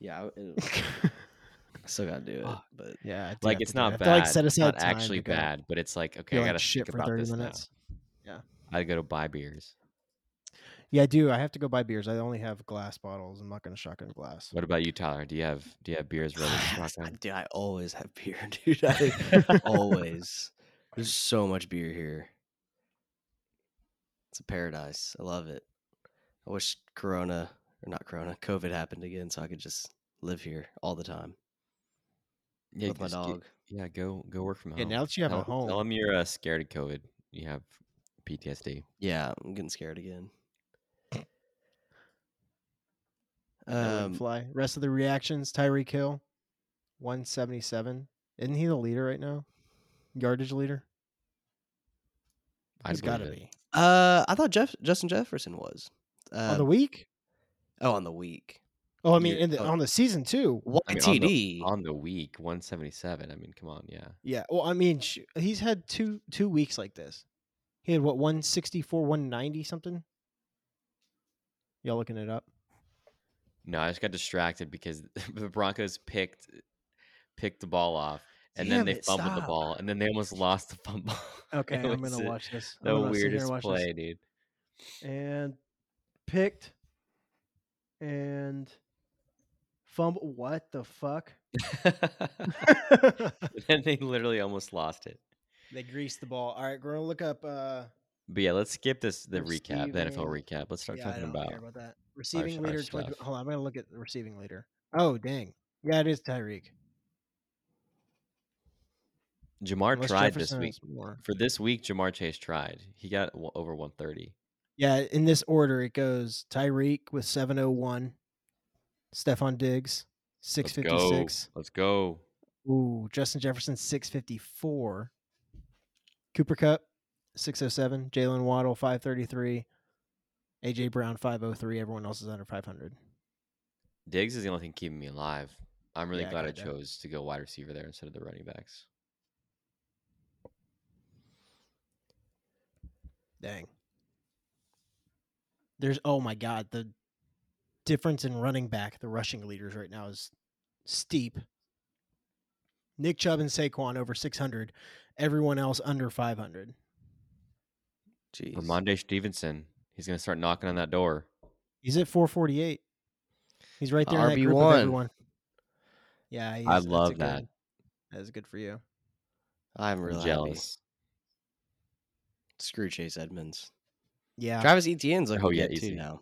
Speaker 3: Yeah, I- it'll- I still gotta do it.
Speaker 1: Fuck.
Speaker 3: But
Speaker 2: <laughs> yeah. I do
Speaker 1: Like
Speaker 2: have
Speaker 1: it's
Speaker 2: to do it. I
Speaker 1: not
Speaker 2: have
Speaker 1: bad.
Speaker 2: to, like set
Speaker 1: it's
Speaker 2: aside
Speaker 1: not
Speaker 2: time to
Speaker 1: actually
Speaker 2: go
Speaker 1: bad, but it's like okay,
Speaker 2: feel
Speaker 1: I
Speaker 2: like
Speaker 1: gotta
Speaker 2: shit
Speaker 1: think
Speaker 2: for
Speaker 1: about
Speaker 2: 30
Speaker 1: this
Speaker 2: minutes.
Speaker 1: now. I gotta go to buy beers.
Speaker 2: Yeah, I do. I have to go buy beers. I only have glass bottles. I'm not going to shotgun glass. <laughs>
Speaker 1: What about you, Tyler? Do you have do you have beers
Speaker 2: <sighs>
Speaker 1: ready?
Speaker 3: <sighs>
Speaker 1: to
Speaker 3: I-
Speaker 1: shotgun?
Speaker 3: dude, I always have beer, <laughs>
Speaker 1: <laughs>
Speaker 3: dude. I
Speaker 1: Oh,
Speaker 2: <laughs>
Speaker 3: always. There's so much beer here. It's a paradise. I love it. I wish Corona or not Corona, COVID happened again, so I could just live here all the time
Speaker 1: Yeah, you
Speaker 3: with my
Speaker 1: just get-
Speaker 3: dog.
Speaker 1: yeah, go go work from
Speaker 2: Yeah,
Speaker 1: home.
Speaker 2: now that you have
Speaker 1: tell,
Speaker 2: a home,
Speaker 1: Tell them you're uh, scared of COVID. You have PTSD.
Speaker 3: Yeah, I'm getting scared again.
Speaker 2: that
Speaker 3: Um,
Speaker 2: wouldn't fly. Rest of the reactions: Tyreek Hill, 177. Isn't he the leader right now? Yardage leader.
Speaker 1: I
Speaker 2: He's got to
Speaker 1: believe it.
Speaker 2: be
Speaker 3: uh, I thought Jeff Justin Jefferson was. Uh,
Speaker 2: on the week.
Speaker 3: oh, on the week.
Speaker 2: Oh, I mean,
Speaker 1: Um, you're-
Speaker 2: in the,
Speaker 3: oh.
Speaker 2: on the season too.
Speaker 3: What
Speaker 1: I mean, on the-
Speaker 3: TD?
Speaker 1: on the week 177. I mean, come on, yeah.
Speaker 2: Yeah. Well, I mean, sh- he's had two two weeks like this. He had what 164, 190 something. Y'all looking it up?
Speaker 1: No, I just got distracted because <laughs> the Broncos picked picked the ball off, and
Speaker 3: Damn
Speaker 1: then they
Speaker 3: it,
Speaker 1: fumbled the
Speaker 3: stop.
Speaker 1: ball, and then they almost lost the fumble.
Speaker 2: <laughs>
Speaker 1: <laughs>
Speaker 2: Okay,
Speaker 1: It
Speaker 2: I'm
Speaker 1: was
Speaker 2: gonna
Speaker 1: the-
Speaker 2: watch this. I'm
Speaker 1: The
Speaker 2: gonna sit here and
Speaker 1: weirdest
Speaker 2: watch this.
Speaker 1: play,
Speaker 2: <laughs>
Speaker 1: dude. <laughs>
Speaker 2: and picked and fumble. What the <laughs> fuck?
Speaker 1: and they literally almost lost it.
Speaker 2: they greased the ball. All right, we're gonna look up. Uh,
Speaker 1: But yeah, let's skip this the recap, the NFL
Speaker 2: Receiving-
Speaker 1: recap. Let's start
Speaker 2: yeah, I
Speaker 1: talking
Speaker 2: don't
Speaker 1: about.
Speaker 2: care about that receiving
Speaker 1: our
Speaker 2: leader. 20,
Speaker 1: stuff.
Speaker 2: hold on, I'm gonna look at the receiving leader. Oh dang, yeah, it is Tyreek.
Speaker 1: Jamar
Speaker 2: Unless
Speaker 1: tried
Speaker 2: Jefferson
Speaker 1: this
Speaker 2: has
Speaker 1: week.
Speaker 2: more.
Speaker 1: For this week, Jamar Chase tried. He got w- over 130.
Speaker 2: Yeah, in this order it goes: Tyreek with 701, Stephon Diggs
Speaker 1: Let's go.
Speaker 2: 656.
Speaker 1: Let's go.
Speaker 2: Ooh, Justin Jefferson six fifty four. Cooper Cup six oh seven. Jalen Waddle five thirty three. AJ Brown five oh three. Everyone else is under five hundred.
Speaker 1: Diggs is the only thing keeping me alive. I'm really
Speaker 2: Yeah, I
Speaker 1: glad I
Speaker 2: got that.
Speaker 1: chose to go wide receiver there instead of the running backs.
Speaker 2: Dang. There's oh my god, the difference in running back, the rushing leaders right now is steep. Nick Chubb and Saquon over six hundred. Everyone else under five hundred.
Speaker 3: Jeez.
Speaker 1: Ramonde Stevenson, he's going to start knocking on that door.
Speaker 2: He's at four forty eight. He's right there in that group of
Speaker 3: RB1.
Speaker 2: everyone. Yeah, he's, that's a
Speaker 1: love
Speaker 2: good-
Speaker 1: that.
Speaker 2: That is good for you.
Speaker 3: I'm
Speaker 1: I'm
Speaker 3: really happy.
Speaker 1: jealous.
Speaker 3: Screw Chase Edmonds.
Speaker 2: Yeah,
Speaker 3: Travis Etienne's looking
Speaker 1: Oh, yeah,
Speaker 3: good
Speaker 1: easy.
Speaker 3: too now.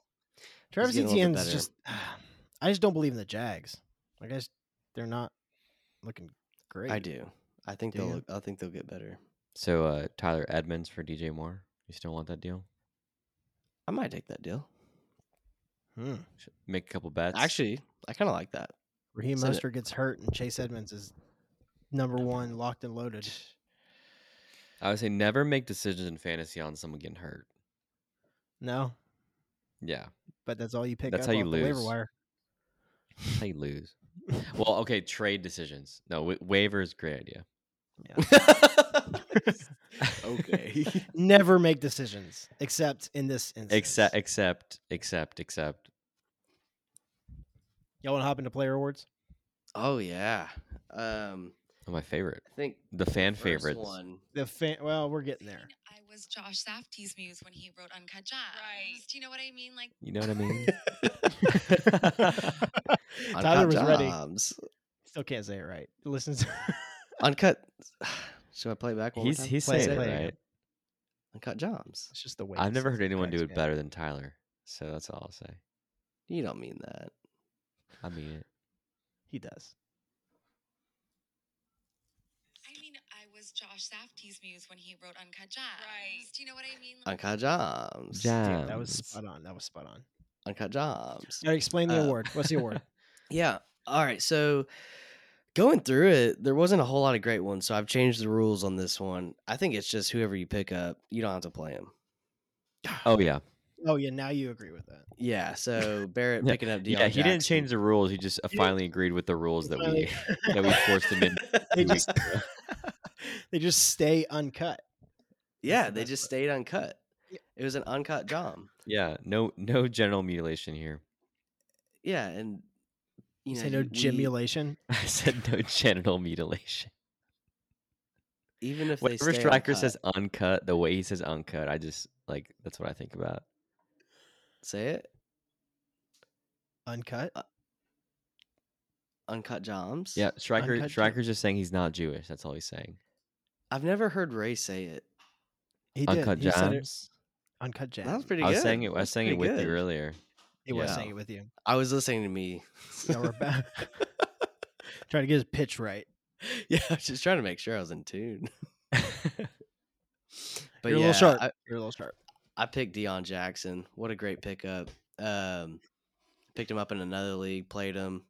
Speaker 2: Travis
Speaker 3: getting a little bit
Speaker 2: Etienne's
Speaker 3: better.
Speaker 2: just. <sighs> I just don't believe in the Jags. Like I guess they're not looking great.
Speaker 3: I do. I think
Speaker 2: Do
Speaker 3: they'll.
Speaker 2: you?
Speaker 3: Look, I think they'll get better.
Speaker 1: So uh, Tyler Edmonds for DJ Moore. You still want that deal?
Speaker 3: I might take that deal.
Speaker 2: Hmm.
Speaker 1: Sh- Make a couple bets.
Speaker 3: Actually, I kind of like that. <laughs>
Speaker 2: Raheem
Speaker 3: Send it.
Speaker 2: Mostert gets hurt, and Chase Edmonds is number one, locked and loaded.
Speaker 1: I would say never make decisions in fantasy on someone getting hurt.
Speaker 2: No,
Speaker 1: Yeah,
Speaker 2: but that's all you pick.
Speaker 1: That's
Speaker 2: up
Speaker 1: how you
Speaker 2: off the waiver
Speaker 1: lose. <laughs>
Speaker 2: wire. <laughs>
Speaker 1: that's how you lose. well, okay, trade decisions. No, wa- waiver is a great idea.
Speaker 3: okay.
Speaker 2: <laughs> Never make decisions except in this instance.
Speaker 1: Except, except, except, except.
Speaker 2: y'all want to hop into player awards?
Speaker 3: oh yeah. Um,
Speaker 1: oh, My favorite,
Speaker 3: I think
Speaker 1: the fan
Speaker 3: first
Speaker 1: favorites.
Speaker 3: one.
Speaker 2: The fan. Well, we're
Speaker 1: <laughs>
Speaker 2: getting there.
Speaker 4: I was Josh Safdie's muse when he wrote Uncut Gems.
Speaker 5: Right.
Speaker 4: Do you know what I mean? Like,
Speaker 1: You know what I
Speaker 3: <laughs>
Speaker 1: mean?
Speaker 2: Tyler was ready.
Speaker 3: Jobs.
Speaker 2: Still can't say it right. Listen, to- <laughs>
Speaker 3: Uncut. <sighs> Should I play it back one
Speaker 1: he's
Speaker 3: more time?
Speaker 1: he's
Speaker 2: Play
Speaker 1: saying
Speaker 2: it,
Speaker 1: it
Speaker 2: play it
Speaker 1: right.
Speaker 2: again.
Speaker 3: Uncut Jobs.
Speaker 2: it's just the way.
Speaker 1: I've
Speaker 2: it
Speaker 1: never
Speaker 2: says
Speaker 1: heard anyone do
Speaker 2: cracks
Speaker 1: it
Speaker 2: me up.
Speaker 1: better than Tyler, so that's all I'll say.
Speaker 3: You don't mean that.
Speaker 1: I mean it.
Speaker 2: He does.
Speaker 4: I mean, I was Josh Safdie's muse when he wrote Uncut Gems.
Speaker 5: Right.
Speaker 4: Do you know what I mean? Like,
Speaker 3: Uncut Jobs.
Speaker 2: Dude, that was
Speaker 1: Jams.
Speaker 2: spot on. That was spot
Speaker 1: <laughs>
Speaker 2: on.
Speaker 3: Uncut Jobs.
Speaker 2: All right, explain the
Speaker 3: Uh,
Speaker 2: award. What's the award?
Speaker 3: Yeah. All right. So going through it, there wasn't a whole lot of great ones. So I've changed the rules on this one. I think it's just whoever you pick up, you don't have to play him.
Speaker 1: Oh yeah,
Speaker 2: Oh yeah, now you agree with that.
Speaker 3: Yeah. So Barrett
Speaker 1: Yeah,
Speaker 3: picking up Deion
Speaker 1: yeah. He didn't change the
Speaker 3: Jackson.
Speaker 1: rules. He just uh,
Speaker 2: He didn't-
Speaker 1: finally agreed with the rules that we
Speaker 2: Finally-
Speaker 1: <laughs> that
Speaker 2: <laughs>
Speaker 1: we forced him
Speaker 3: <laughs>
Speaker 1: in.
Speaker 2: they
Speaker 1: two weeks
Speaker 2: just <laughs> they just stay uncut.
Speaker 3: yeah.
Speaker 2: the
Speaker 3: They
Speaker 2: best
Speaker 3: just
Speaker 2: part.
Speaker 3: stayed uncut.
Speaker 2: Yeah.
Speaker 3: It was an uncut Dom.
Speaker 1: Yeah, no, no genital mutilation here. <laughs>
Speaker 3: Yeah. And, you know,
Speaker 2: Say no
Speaker 3: you- we-
Speaker 2: gymulation.
Speaker 1: I said no genital mutilation.
Speaker 3: even if they
Speaker 1: Whenever
Speaker 3: stay
Speaker 1: Striker
Speaker 3: uncut,
Speaker 1: says uncut, the way he says uncut, I just like that's what I think about.
Speaker 3: Say it.
Speaker 2: Uncut.
Speaker 3: Uncut Joms.
Speaker 1: Yeah, Striker
Speaker 2: Uncut Gem-
Speaker 1: Striker's just saying he's not Jewish. That's all he's saying.
Speaker 3: I've never heard Ray say it.
Speaker 2: He did.
Speaker 1: Uncut
Speaker 2: he said it-
Speaker 1: Gems.
Speaker 2: Uncut Gems.
Speaker 3: That was pretty
Speaker 1: I
Speaker 3: good.
Speaker 1: was saying it. I
Speaker 3: That's
Speaker 1: was saying it
Speaker 3: pretty
Speaker 1: with you
Speaker 3: good.
Speaker 1: earlier. <laughs>
Speaker 2: He was
Speaker 1: Yeah.
Speaker 2: saying it
Speaker 1: <laughs>
Speaker 2: with you.
Speaker 3: I was listening to me.
Speaker 2: Yeah, we're <laughs> back. Trying to get his pitch right.
Speaker 3: <laughs> yeah, I was just trying to make sure I was in tune. but
Speaker 2: You're a
Speaker 3: yeah,
Speaker 2: little sharp.
Speaker 3: I,
Speaker 2: You're a little sharp.
Speaker 3: I picked Deion Jackson. What a great pickup. Um, picked him up in another league, played him.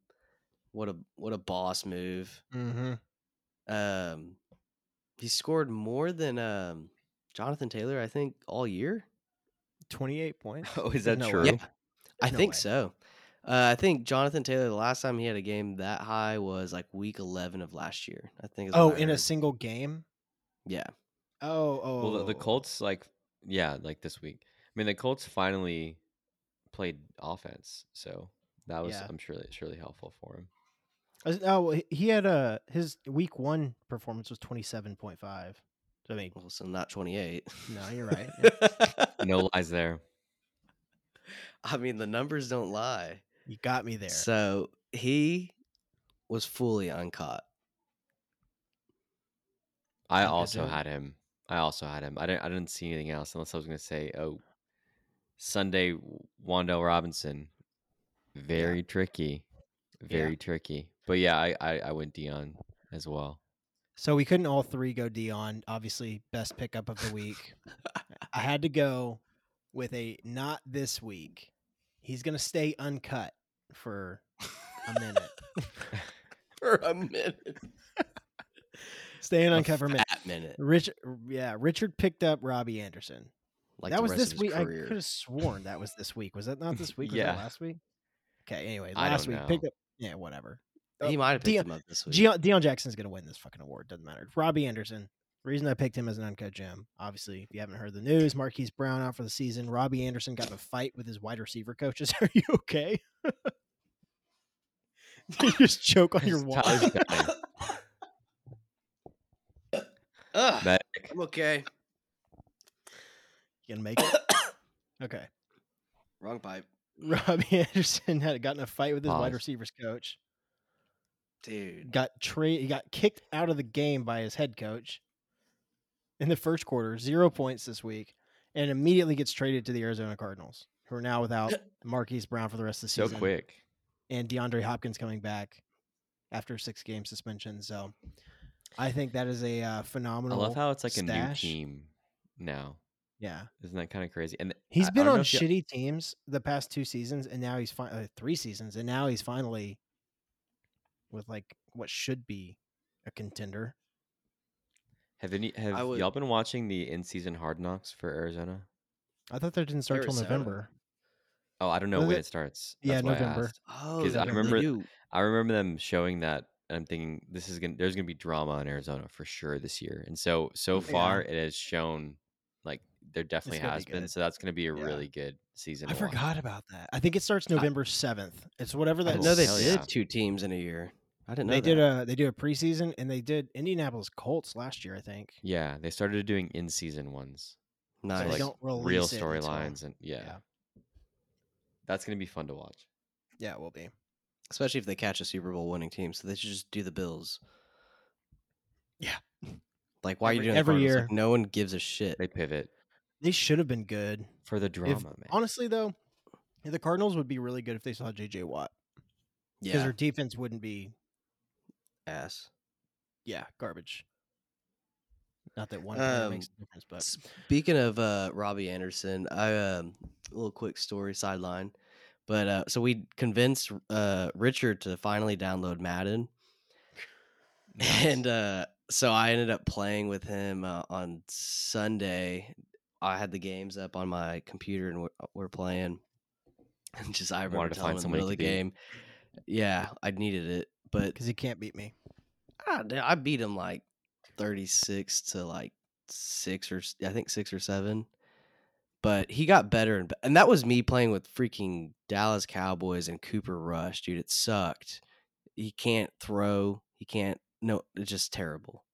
Speaker 3: What a what a boss move.
Speaker 2: Mm-hmm.
Speaker 3: Um, he scored more than um, Jonathan Taylor, I think, all year.
Speaker 2: 28 points.
Speaker 1: Oh, is that
Speaker 2: No way.
Speaker 1: true?
Speaker 3: Yeah. I
Speaker 2: No
Speaker 3: think
Speaker 2: way.
Speaker 3: so. Uh, I think Jonathan Taylor, the last time he had a game that high was like week 11 of last year. I think. Is what
Speaker 2: Oh,
Speaker 3: I
Speaker 2: in a
Speaker 3: heard.
Speaker 2: single game?
Speaker 3: Yeah.
Speaker 2: Oh, oh.
Speaker 1: Well, the, the
Speaker 2: oh.
Speaker 1: Colts like yeah, like this week. I mean, the Colts finally played offense, so that was
Speaker 2: Yeah.
Speaker 1: I'm sure that's surely helpful for him.
Speaker 2: Is- Oh, well, he- he had a his week one performance was twenty seven point five. So I mean,
Speaker 3: Well, so not 28.
Speaker 2: No, you're right,
Speaker 1: No lies there.
Speaker 3: <laughs> I mean, the numbers don't lie.
Speaker 2: you got me there.
Speaker 3: So he was fully uncaught.
Speaker 1: I
Speaker 2: Uncut
Speaker 1: also
Speaker 2: Gem.
Speaker 1: had him. I also had him. I didn't. I didn't see anything else unless I was going to say, oh, Sunday Wando Robinson, very tricky, very tricky. But yeah, I, I I went Dion as
Speaker 2: <laughs>
Speaker 1: well.
Speaker 2: So we couldn't all three go Dion. Obviously, best pickup of the week. I had to go with a not this week. He's gonna stay uncut for a minute.
Speaker 3: <laughs> For a minute.
Speaker 2: Staying
Speaker 3: A
Speaker 2: uncut for a minute.
Speaker 3: fat minute.
Speaker 2: Rich, yeah, Richard picked up Robbie Anderson.
Speaker 3: Like
Speaker 2: that
Speaker 3: the
Speaker 2: was
Speaker 3: rest of
Speaker 2: this
Speaker 3: his
Speaker 2: week. I
Speaker 3: career.
Speaker 2: could have sworn that was this week. Was that not
Speaker 3: <laughs>
Speaker 2: this week? Was
Speaker 1: Yeah.
Speaker 2: that last week? Okay. Anyway,
Speaker 1: I
Speaker 2: last
Speaker 1: don't
Speaker 2: week picked
Speaker 1: know.
Speaker 2: up. Yeah, whatever.
Speaker 3: He might have picked
Speaker 2: Deion-
Speaker 3: him up this week.
Speaker 2: Deion, Deion Jackson's gonna win this fucking award. Doesn't matter. Robbie Anderson. Reason I picked him as an uncut gem. Obviously, if you haven't heard the news, Marquise Brown out for the season. Robbie Anderson got in a fight with his wide receiver coaches. <laughs> Are you okay? Did you just choke on your wall.
Speaker 1: Tyler's
Speaker 2: <laughs>
Speaker 1: dying.
Speaker 3: Ugh,
Speaker 1: Medic.
Speaker 3: I'm okay.
Speaker 2: You gonna make it? Okay.
Speaker 3: Wrong pipe.
Speaker 2: Robbie <laughs> Anderson had gotten a fight with his
Speaker 1: Pause.
Speaker 2: wide receivers coach.
Speaker 3: Dude.
Speaker 2: got tra- he got kicked out of the game by his head coach in the first quarter, zero points this week, and immediately gets traded to the Arizona Cardinals, who are
Speaker 1: <laughs>
Speaker 2: now without Marquise Brown for the rest of the
Speaker 1: So
Speaker 2: season.
Speaker 1: quick.
Speaker 2: And DeAndre Hopkins coming back after six game suspension. So I think that is a uh,
Speaker 1: I
Speaker 2: phenomenal.
Speaker 1: love how it's like a new
Speaker 2: stash.
Speaker 1: team now.
Speaker 2: yeah,
Speaker 1: Isn't that kind of crazy? And
Speaker 2: he's
Speaker 1: I- I
Speaker 2: been
Speaker 1: don't
Speaker 2: on
Speaker 1: know if you-
Speaker 2: shitty teams the past two seasons, and now he's fi- uh, three seasons, and now he's finally with like what should be a contender.
Speaker 1: have any have
Speaker 3: I would-
Speaker 1: y'all been watching the in season hard knocks for Arizona?
Speaker 2: I thought that didn't start till
Speaker 3: Arizona.
Speaker 2: November.
Speaker 1: Oh, I don't know
Speaker 2: Was
Speaker 1: when
Speaker 2: it-
Speaker 1: it starts.
Speaker 2: Yeah,
Speaker 1: That's why I
Speaker 2: November.
Speaker 1: asked.
Speaker 3: Oh,
Speaker 1: 'Cause
Speaker 3: the
Speaker 1: I remember-
Speaker 3: new-
Speaker 1: I remember them showing that, and I'm thinking this is gonna there's gonna be drama in Arizona for sure this year. And so so
Speaker 2: Yeah.
Speaker 1: far it has shown like there definitely
Speaker 2: gonna be
Speaker 1: has been.
Speaker 2: good.
Speaker 1: So that's gonna be a
Speaker 2: Yeah.
Speaker 1: really good season.
Speaker 2: I
Speaker 1: to watch.
Speaker 2: forgot about that. I think it starts November seventh. It's whatever
Speaker 3: I
Speaker 2: that.
Speaker 3: didn't know they
Speaker 1: Oh, hell
Speaker 3: did
Speaker 1: yeah.
Speaker 3: two teams in a year. I didn't know
Speaker 2: They did
Speaker 3: that.
Speaker 2: a they did a preseason and they did Indianapolis Colts last year. I think.
Speaker 1: Yeah, they started doing in season ones,
Speaker 2: So
Speaker 3: nice.
Speaker 2: they
Speaker 1: like,
Speaker 2: don't release
Speaker 1: real
Speaker 2: it until-
Speaker 1: storylines, and yeah.
Speaker 2: Yeah.
Speaker 1: that's gonna be fun to watch.
Speaker 2: Yeah, it will be.
Speaker 3: especially if they catch a Super Bowl winning team. So they should just do the Bills.
Speaker 2: Yeah.
Speaker 3: Like why are you
Speaker 2: Every-
Speaker 3: doing the
Speaker 2: every
Speaker 3: Cardinals? Like,
Speaker 2: year.
Speaker 3: no one gives a shit.
Speaker 1: They pivot
Speaker 2: They should have been good.
Speaker 1: for the drama, man.
Speaker 2: Honestly, though, the Cardinals would be really good if they saw J.J. Watt because
Speaker 3: yeah,
Speaker 2: their defense wouldn't be
Speaker 3: ass.
Speaker 2: yeah garbage. Not that one player
Speaker 1: Um,
Speaker 2: makes a difference, but
Speaker 3: Speaking of uh, Robbie Anderson, I um, a little quick story sideline, but uh, so we convinced uh, Richard to finally download Madden,
Speaker 1: Nice.
Speaker 3: and uh, so I ended up playing with him uh, on Sunday. I had the games up on my computer and we're, we're playing. And just I remember
Speaker 1: Wanted to
Speaker 3: telling
Speaker 1: find
Speaker 3: him in the middle of
Speaker 1: somebody
Speaker 3: the game, yeah, I needed it, but
Speaker 2: because he can't beat me.
Speaker 3: I, d- I beat him like 36 to like six or s- I think six or seven. But he got better and be- and that was me playing with freaking Dallas Cowboys and Cooper Rush, dude. It sucked. He can't throw. He can't. No, it's just terrible.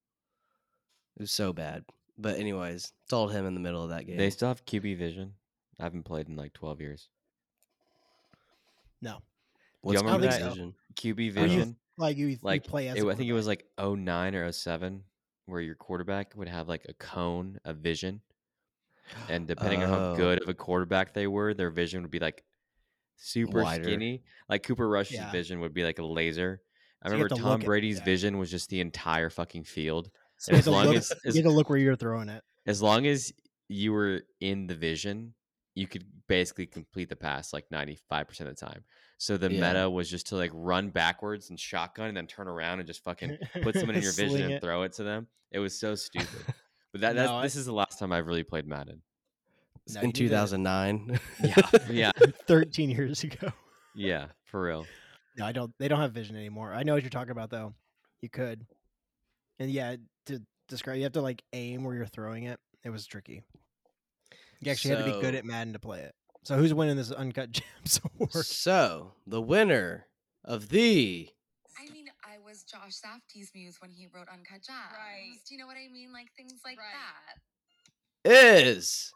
Speaker 3: It was so bad. But anyways, told him in the middle of that game.
Speaker 1: They still have QB vision. I haven't played in like 12 years.
Speaker 2: No,
Speaker 3: What's
Speaker 1: I
Speaker 3: my
Speaker 1: remember
Speaker 2: that-
Speaker 3: decision?
Speaker 1: QB
Speaker 2: Were you-
Speaker 1: vision.
Speaker 2: like you,
Speaker 1: like
Speaker 2: you play as.
Speaker 1: it,
Speaker 2: a
Speaker 1: I think it was like 09 or 07 where your quarterback would have like a cone of vision
Speaker 3: <laughs>
Speaker 1: and depending on how
Speaker 3: Oh.
Speaker 1: good of a quarterback they were their vision would be like super
Speaker 3: Wider.
Speaker 1: skinny like Cooper Rush's
Speaker 2: Yeah.
Speaker 1: vision would be like a laser I
Speaker 2: So you have
Speaker 1: remember
Speaker 2: to
Speaker 1: Tom
Speaker 2: look at-
Speaker 1: Brady's
Speaker 2: yeah.
Speaker 1: vision was just the entire fucking field
Speaker 2: So you
Speaker 1: as
Speaker 2: have to
Speaker 1: long
Speaker 2: look-
Speaker 1: as,
Speaker 2: you
Speaker 1: as
Speaker 2: had to look where you're throwing it.
Speaker 1: as long as you were in the vision, you could basically complete the pass like 95% of the time. So the
Speaker 3: Yeah.
Speaker 1: meta was just to like run backwards and shotgun and then turn around and just
Speaker 2: <laughs>
Speaker 1: fucking put someone <laughs> in your vision
Speaker 2: Sling
Speaker 1: and
Speaker 2: it.
Speaker 1: throw it to them. It was so <laughs> stupid. But that, that's,
Speaker 2: No, I-
Speaker 1: this is the last time I've really played <laughs> Madden.
Speaker 2: <laughs> No, you
Speaker 3: in
Speaker 2: did it.
Speaker 3: 2009.
Speaker 2: <laughs>
Speaker 1: Yeah.
Speaker 2: Thirteen years ago. <laughs>
Speaker 1: Yeah. For real.
Speaker 2: No, I don't. They don't have vision anymore. I know what you're talking about though. You could, and yeah, to describe, you have to like aim where you're throwing it. It was tricky. You actually had to be good
Speaker 3: So-
Speaker 2: at Madden to play it. So who's winning this uncut <laughs> gems award?
Speaker 3: so the winner of the
Speaker 4: I mean, I was Josh Safdie's muse when he wrote Uncut Gems.
Speaker 5: Right.
Speaker 4: Do you know what I mean? Like things like
Speaker 5: Right.
Speaker 4: that.
Speaker 3: is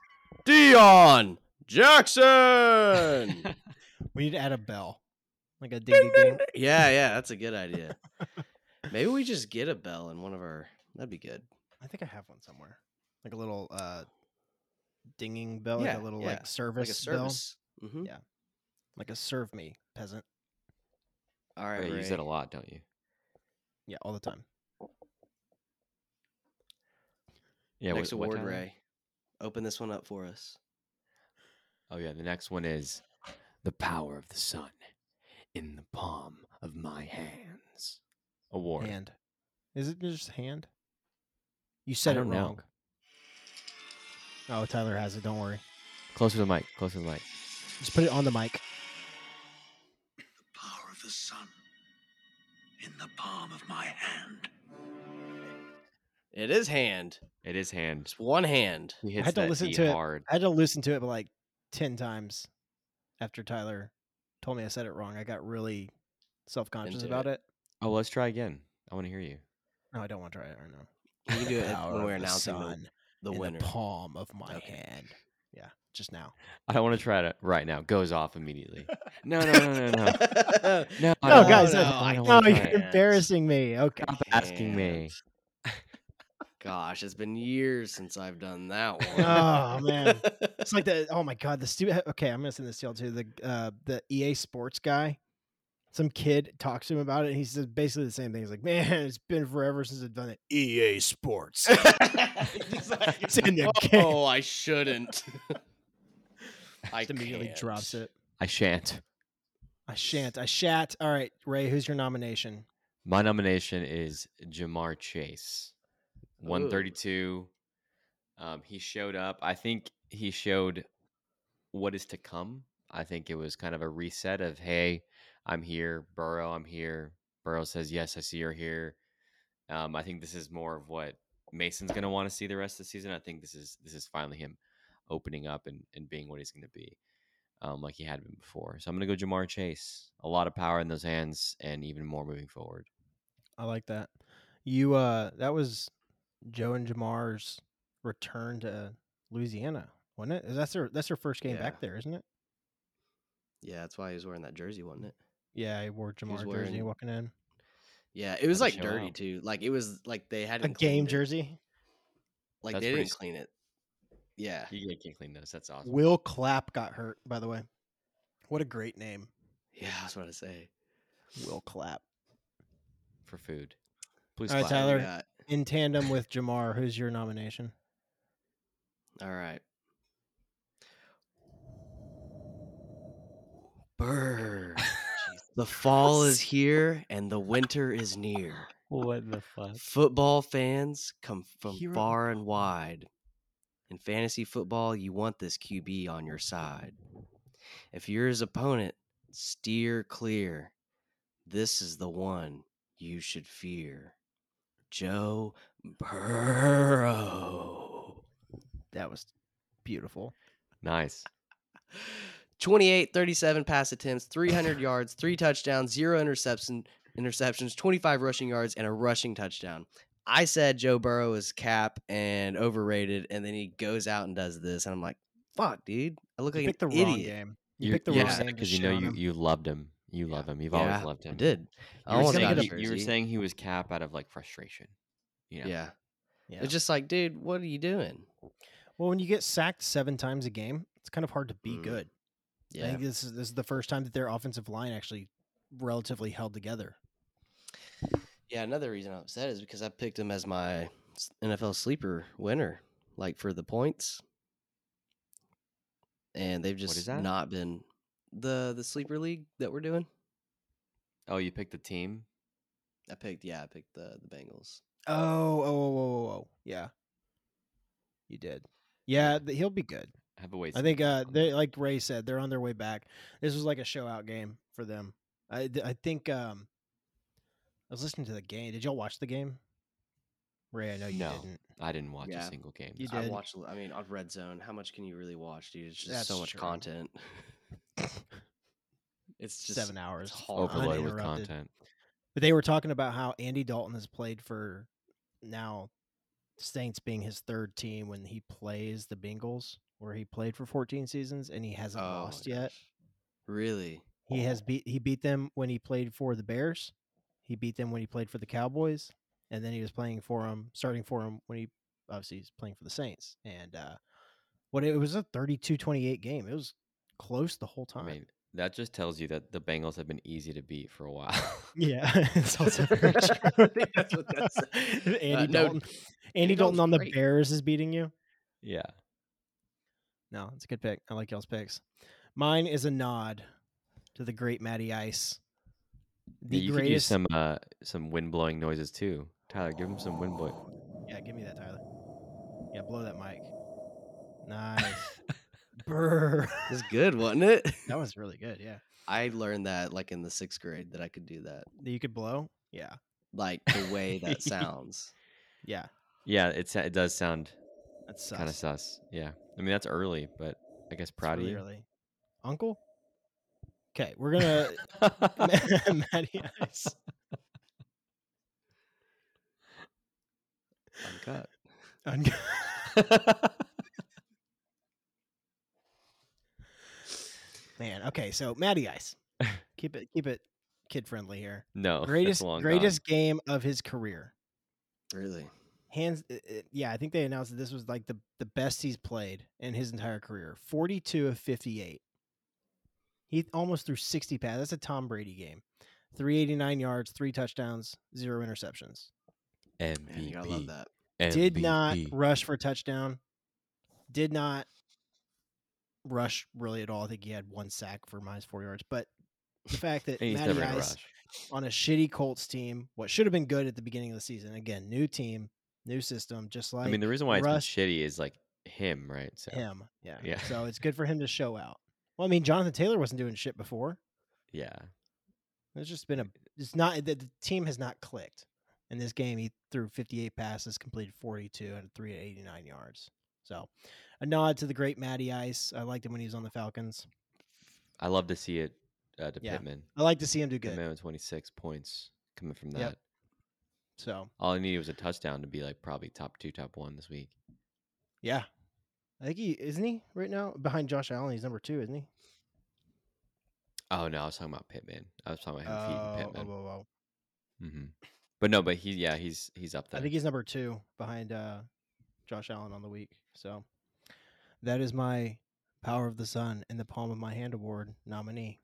Speaker 3: Dion Jackson.
Speaker 1: <laughs>
Speaker 2: We need to add a bell, like
Speaker 3: <laughs>
Speaker 2: a ding ding ding.
Speaker 3: yeah, yeah, that's a good
Speaker 1: <laughs>
Speaker 3: idea. Maybe we just get a bell in one of our. That'd be good.
Speaker 2: I think I have one somewhere, like a little uh, dinging bell, like
Speaker 3: Yeah,
Speaker 2: a little
Speaker 3: yeah, like a
Speaker 2: like service,
Speaker 3: Like a service. Mm-hmm.
Speaker 2: Yeah. bell, like a serve me peasant.
Speaker 3: All right.
Speaker 1: Right, you use
Speaker 3: Ray.
Speaker 1: it a lot, don't you?
Speaker 2: Yeah, all the time.
Speaker 1: Yeah.
Speaker 3: Next
Speaker 1: what- what
Speaker 3: award,
Speaker 1: time?
Speaker 3: Ray. Open this one up for us.
Speaker 1: Oh, yeah. The next one is The Power of the Sun in the Palm of My Hands Award.
Speaker 2: Hand, is it just hand? You
Speaker 1: I
Speaker 2: said it
Speaker 1: don't know.
Speaker 2: wrong. Oh, Tyler has it. Don't worry.
Speaker 1: Closer to the mic. Closer to the mic.
Speaker 2: Just put it on the mic.
Speaker 6: the power of the sun in the palm of my hand.
Speaker 3: It is hand.
Speaker 1: It is hand.
Speaker 3: It's one hand.
Speaker 1: He hits
Speaker 2: had to
Speaker 1: that
Speaker 2: listen
Speaker 1: D
Speaker 2: to it.
Speaker 1: hard.
Speaker 2: I had to listen to it but like ten times after Tyler told me I said it wrong. I got really self conscious
Speaker 3: Into
Speaker 2: about it.
Speaker 1: Oh, let's try again. I want to hear you.
Speaker 2: No, I don't want to try it right now.
Speaker 3: We can
Speaker 2: <laughs>
Speaker 3: do it
Speaker 2: Power
Speaker 3: <laughs> when
Speaker 2: of
Speaker 3: we're
Speaker 2: the
Speaker 3: announcing the,
Speaker 2: sun
Speaker 3: the
Speaker 2: in
Speaker 3: winner.
Speaker 2: the palm of my
Speaker 3: Okay.
Speaker 2: hand. Yeah, just now.
Speaker 1: I don't want to try it right now. Goes off immediately. No, no, no, no, <laughs> no.
Speaker 3: <laughs>
Speaker 1: No, I
Speaker 2: No,
Speaker 1: don't
Speaker 2: guys,
Speaker 1: wanna-
Speaker 2: no,
Speaker 1: I don't
Speaker 2: No,
Speaker 1: wanna
Speaker 2: you're
Speaker 1: try it.
Speaker 3: can't.
Speaker 2: embarrassing me. Okay.
Speaker 1: Stop asking me.
Speaker 3: Gosh, it's been years since I've done that
Speaker 2: <laughs>
Speaker 3: one.
Speaker 2: Oh man. It's like the oh my god, the student. Okay, I'm gonna send this to y'all too. The uh, the EA Sports guy, some kid talks to him about it, and he says basically the same thing. He's like, "Man, <laughs> it's been forever since I've done it." EA Sports.
Speaker 3: <laughs> He's like,
Speaker 2: It's in the game.
Speaker 3: oh,
Speaker 2: <laughs>
Speaker 3: I shouldn't. <laughs> I
Speaker 2: Just immediately
Speaker 3: can't.
Speaker 2: drops it.
Speaker 1: I shan't.
Speaker 2: I shan't. I shat. All right, Ray, who's your nomination?
Speaker 1: My nomination is Jamar Chase. 132. Um, he showed up. I think he showed what is to come. I think it was kind of a reset of, hey, I'm here. Burrow, I'm here. Burrow says, yes, I see you're here. Um, I think this is more of what Mason's going to want to see the rest of the season. I think this is this is finally him opening up and, and being what he's going to be, um, like he had been before. So I'm going to go Jamar Chase. A lot of power in those hands, and even more moving forward.
Speaker 2: I like that. You uh, that was Joe and Jamar's return to Louisiana, wasn't it? That's their that's their first game
Speaker 3: Yeah.
Speaker 2: back there, isn't it?
Speaker 3: Yeah, that's why he was wearing that jersey, wasn't it?
Speaker 2: Yeah, I wore
Speaker 3: was
Speaker 2: Jamar jersey
Speaker 3: wearing-
Speaker 2: walking in.
Speaker 3: Yeah, it was
Speaker 1: Gotta
Speaker 3: like
Speaker 1: show
Speaker 3: dirty
Speaker 1: out.
Speaker 3: too. Like it was like they
Speaker 2: A
Speaker 3: hadn't
Speaker 2: game
Speaker 3: cleaned it.
Speaker 2: jersey.
Speaker 3: Like
Speaker 1: That's
Speaker 3: they
Speaker 1: pretty
Speaker 3: didn't
Speaker 1: sick.
Speaker 3: clean it. Yeah,
Speaker 1: You can't clean those. That's awesome.
Speaker 2: Will Clapp got hurt, by the way. What a great name,
Speaker 3: yeah, that's what I say.
Speaker 2: Will Clapp.
Speaker 1: for food. Please,
Speaker 2: All right,
Speaker 1: clap.
Speaker 3: What do you
Speaker 2: Tyler.
Speaker 3: got?
Speaker 2: In tandem with Jamar, who's your nomination?
Speaker 3: All right. <laughs> Burr. the fall is here and the winter is near.
Speaker 1: What the fuck?
Speaker 3: Football fans come from
Speaker 2: Hero of
Speaker 3: far and wide. In fantasy football, you want this QB on your side. If you're his opponent, steer clear. This is the one you should fear. Joe Burrow.
Speaker 2: That was beautiful.
Speaker 1: Nice.
Speaker 3: 28 37 pass attempts,
Speaker 2: <laughs>
Speaker 3: 300 yards, three touchdowns, zero interception, interceptions, 25 rushing yards, and a rushing touchdown. I said Joe Burrow is cap and overrated, and then he goes out and does this, and I'm like, fuck, dude. I look
Speaker 2: You
Speaker 3: like
Speaker 2: picked the
Speaker 3: an
Speaker 2: wrong
Speaker 3: idiot.
Speaker 2: game. You
Speaker 1: You're-
Speaker 2: picked the
Speaker 1: you're
Speaker 2: wrong
Speaker 1: upset
Speaker 2: name to
Speaker 1: because you know
Speaker 2: shit on
Speaker 1: you,
Speaker 2: him.
Speaker 1: you loved him. You love him. You've always
Speaker 3: Yeah,
Speaker 1: loved him.
Speaker 3: I did. I
Speaker 1: You were,
Speaker 3: wanted
Speaker 1: saying
Speaker 3: that
Speaker 1: he, you were
Speaker 3: jersey.
Speaker 1: saying he was cap out of like frustration. You know?
Speaker 3: Yeah.
Speaker 2: Yeah.
Speaker 3: It's just like, dude, what are you doing?
Speaker 2: well, when you get sacked seven times a game, it's kind of hard to be
Speaker 3: Mm.
Speaker 2: good. I think this is this is the first time that their offensive line actually relatively held together.
Speaker 3: Yeah, another reason I'm upset is because I picked him as my s- NFL sleeper winner, like for the points. And they've
Speaker 1: is
Speaker 3: just
Speaker 1: that?
Speaker 3: not been the the sleeper league that we're doing.
Speaker 1: Oh, you picked the team.
Speaker 3: I picked yeah, I picked the the Bengals.
Speaker 2: Oh, oh, oh, oh, oh, oh. yeah. You did. Yeah, th- he'll be good.
Speaker 1: Have a wait.
Speaker 2: I think uh they like Ray said, they're on their way back. This was like a show out game for them. I th- I think um I was listening to the game. Did y'all watch the game? Ray, I know you
Speaker 1: No.
Speaker 2: didn't.
Speaker 1: I didn't watch
Speaker 3: Yeah.
Speaker 1: a single game.
Speaker 2: You
Speaker 1: this
Speaker 3: I
Speaker 2: did.
Speaker 3: watched a li- I mean on Red Zone, how much can you really watch, dude? It's just
Speaker 2: That's
Speaker 3: so much
Speaker 2: true.
Speaker 3: content. <laughs> it's just
Speaker 2: Seven hours.
Speaker 3: it's hard.
Speaker 1: Overloaded with
Speaker 2: uninterrupted.
Speaker 1: content.
Speaker 2: But they were talking about how Andy Dalton has played for now Saints being his third team when he plays the Bengals, where he played for 14 seasons and he hasn't
Speaker 3: Oh my
Speaker 2: lost yet.
Speaker 3: gosh. Really?
Speaker 2: He has beat he beat them when he played for the Bears. He beat them when he played for the Cowboys, and then he was playing for him, starting for him when he obviously he's playing for the Saints. And uh what it was a 32-28 game. It was close the whole
Speaker 1: I
Speaker 2: time.
Speaker 1: mean, that just tells you that the Bengals have been easy to beat for a while.
Speaker 2: <laughs>
Speaker 1: <laughs>
Speaker 2: yeah, it's
Speaker 3: <laughs>
Speaker 2: also very <laughs> true.
Speaker 3: I think that's what that <laughs> said.
Speaker 2: <laughs> Andy
Speaker 3: Uh, no,
Speaker 2: Dalton. Andy Dalton
Speaker 3: Dalton's
Speaker 2: on the
Speaker 3: great.
Speaker 2: Bears is beating you.
Speaker 1: yeah.
Speaker 2: No, it's a good pick. I like y'all's picks. Mine is a nod to the great Matty Ice. The
Speaker 1: Yeah, you could use
Speaker 2: greatest.
Speaker 1: some uh, some wind blowing noises too. Tyler, give him some wind blowing.
Speaker 2: Yeah, give me that, Tyler. Yeah, blow that mic.
Speaker 1: <laughs>
Speaker 2: Nice. Brr.
Speaker 3: It's good, wasn't it?
Speaker 2: <laughs>
Speaker 3: <laughs>
Speaker 2: That was really good. Yeah.
Speaker 3: I learned that like in the sixth grade that I could do that.
Speaker 2: That You could blow. Yeah.
Speaker 3: Like the way
Speaker 1: <laughs>
Speaker 3: that sounds.
Speaker 2: Yeah.
Speaker 1: Yeah, it sa- it does sound
Speaker 2: That's sus.
Speaker 1: kind of sus. Yeah, I mean that's early, but I guess
Speaker 2: It's
Speaker 1: proud
Speaker 2: really
Speaker 1: of you.
Speaker 2: early. Uncle. Okay,
Speaker 1: <laughs>
Speaker 2: we're gonna <laughs> Matty Ice.
Speaker 3: Uncut.
Speaker 2: Un- Man, okay, so
Speaker 1: <laughs>
Speaker 2: Matty Ice. Keep it keep it kid friendly here.
Speaker 1: no, <laughs> Oh, that's
Speaker 2: greatest
Speaker 1: long gone.
Speaker 2: greatest game of his career.
Speaker 3: Really?
Speaker 2: Hands, uh, uh, yeah, I think they announced that this was like the the best he's played in his entire career. Forty two of fifty eight. He almost threw sixty passes. That's a Tom Brady game. Three eighty nine yards, three touchdowns, zero interceptions.
Speaker 1: MVP.
Speaker 3: Man, you gotta love that.
Speaker 2: Did not
Speaker 1: MVP.
Speaker 2: rush for a touchdown. Did not rush really at all. I think he had one sack for minus four yards. But the fact that
Speaker 1: And he's
Speaker 2: Matty
Speaker 1: never gonna
Speaker 2: Ice
Speaker 1: rush.
Speaker 2: on a shitty Colts team, what should have been good at the beginning of the season. Again, new team, new system, just like
Speaker 1: I mean, the reason why it's been
Speaker 2: Russ-
Speaker 1: shitty is like him, right? So
Speaker 2: him. Yeah.
Speaker 1: Yeah.
Speaker 2: So it's good for him to show out. Well, I mean, Jonathan Taylor wasn't doing shit before.
Speaker 1: yeah,
Speaker 2: It's just been a. It's not the, the team has not clicked. In this game, he threw 58 passes, completed 42, and 389 yards. So, a nod to the great Matty Ice. I liked him when he was on the Falcons.
Speaker 1: I love to see it uh, to
Speaker 2: Yeah.
Speaker 1: Pittman.
Speaker 2: I like to see him do good.
Speaker 1: Pittman with 26 points coming from that.
Speaker 2: Yep. So,
Speaker 1: All I needed was a touchdown to be like probably top two, top one this week.
Speaker 2: yeah, I think he isn't he right now behind Josh Allen. He's number two, isn't he?
Speaker 1: Oh no, I was talking about Pittman. I was talking about him
Speaker 2: Oh,
Speaker 1: feeding
Speaker 2: oh,
Speaker 1: Pittman.
Speaker 2: oh, oh.
Speaker 1: hmm But no, but he yeah, he's he's up there.
Speaker 2: I think he's number two behind uh, Josh Allen on the week. So that is my Power of the Sun in the Palm of My Hand award nominee.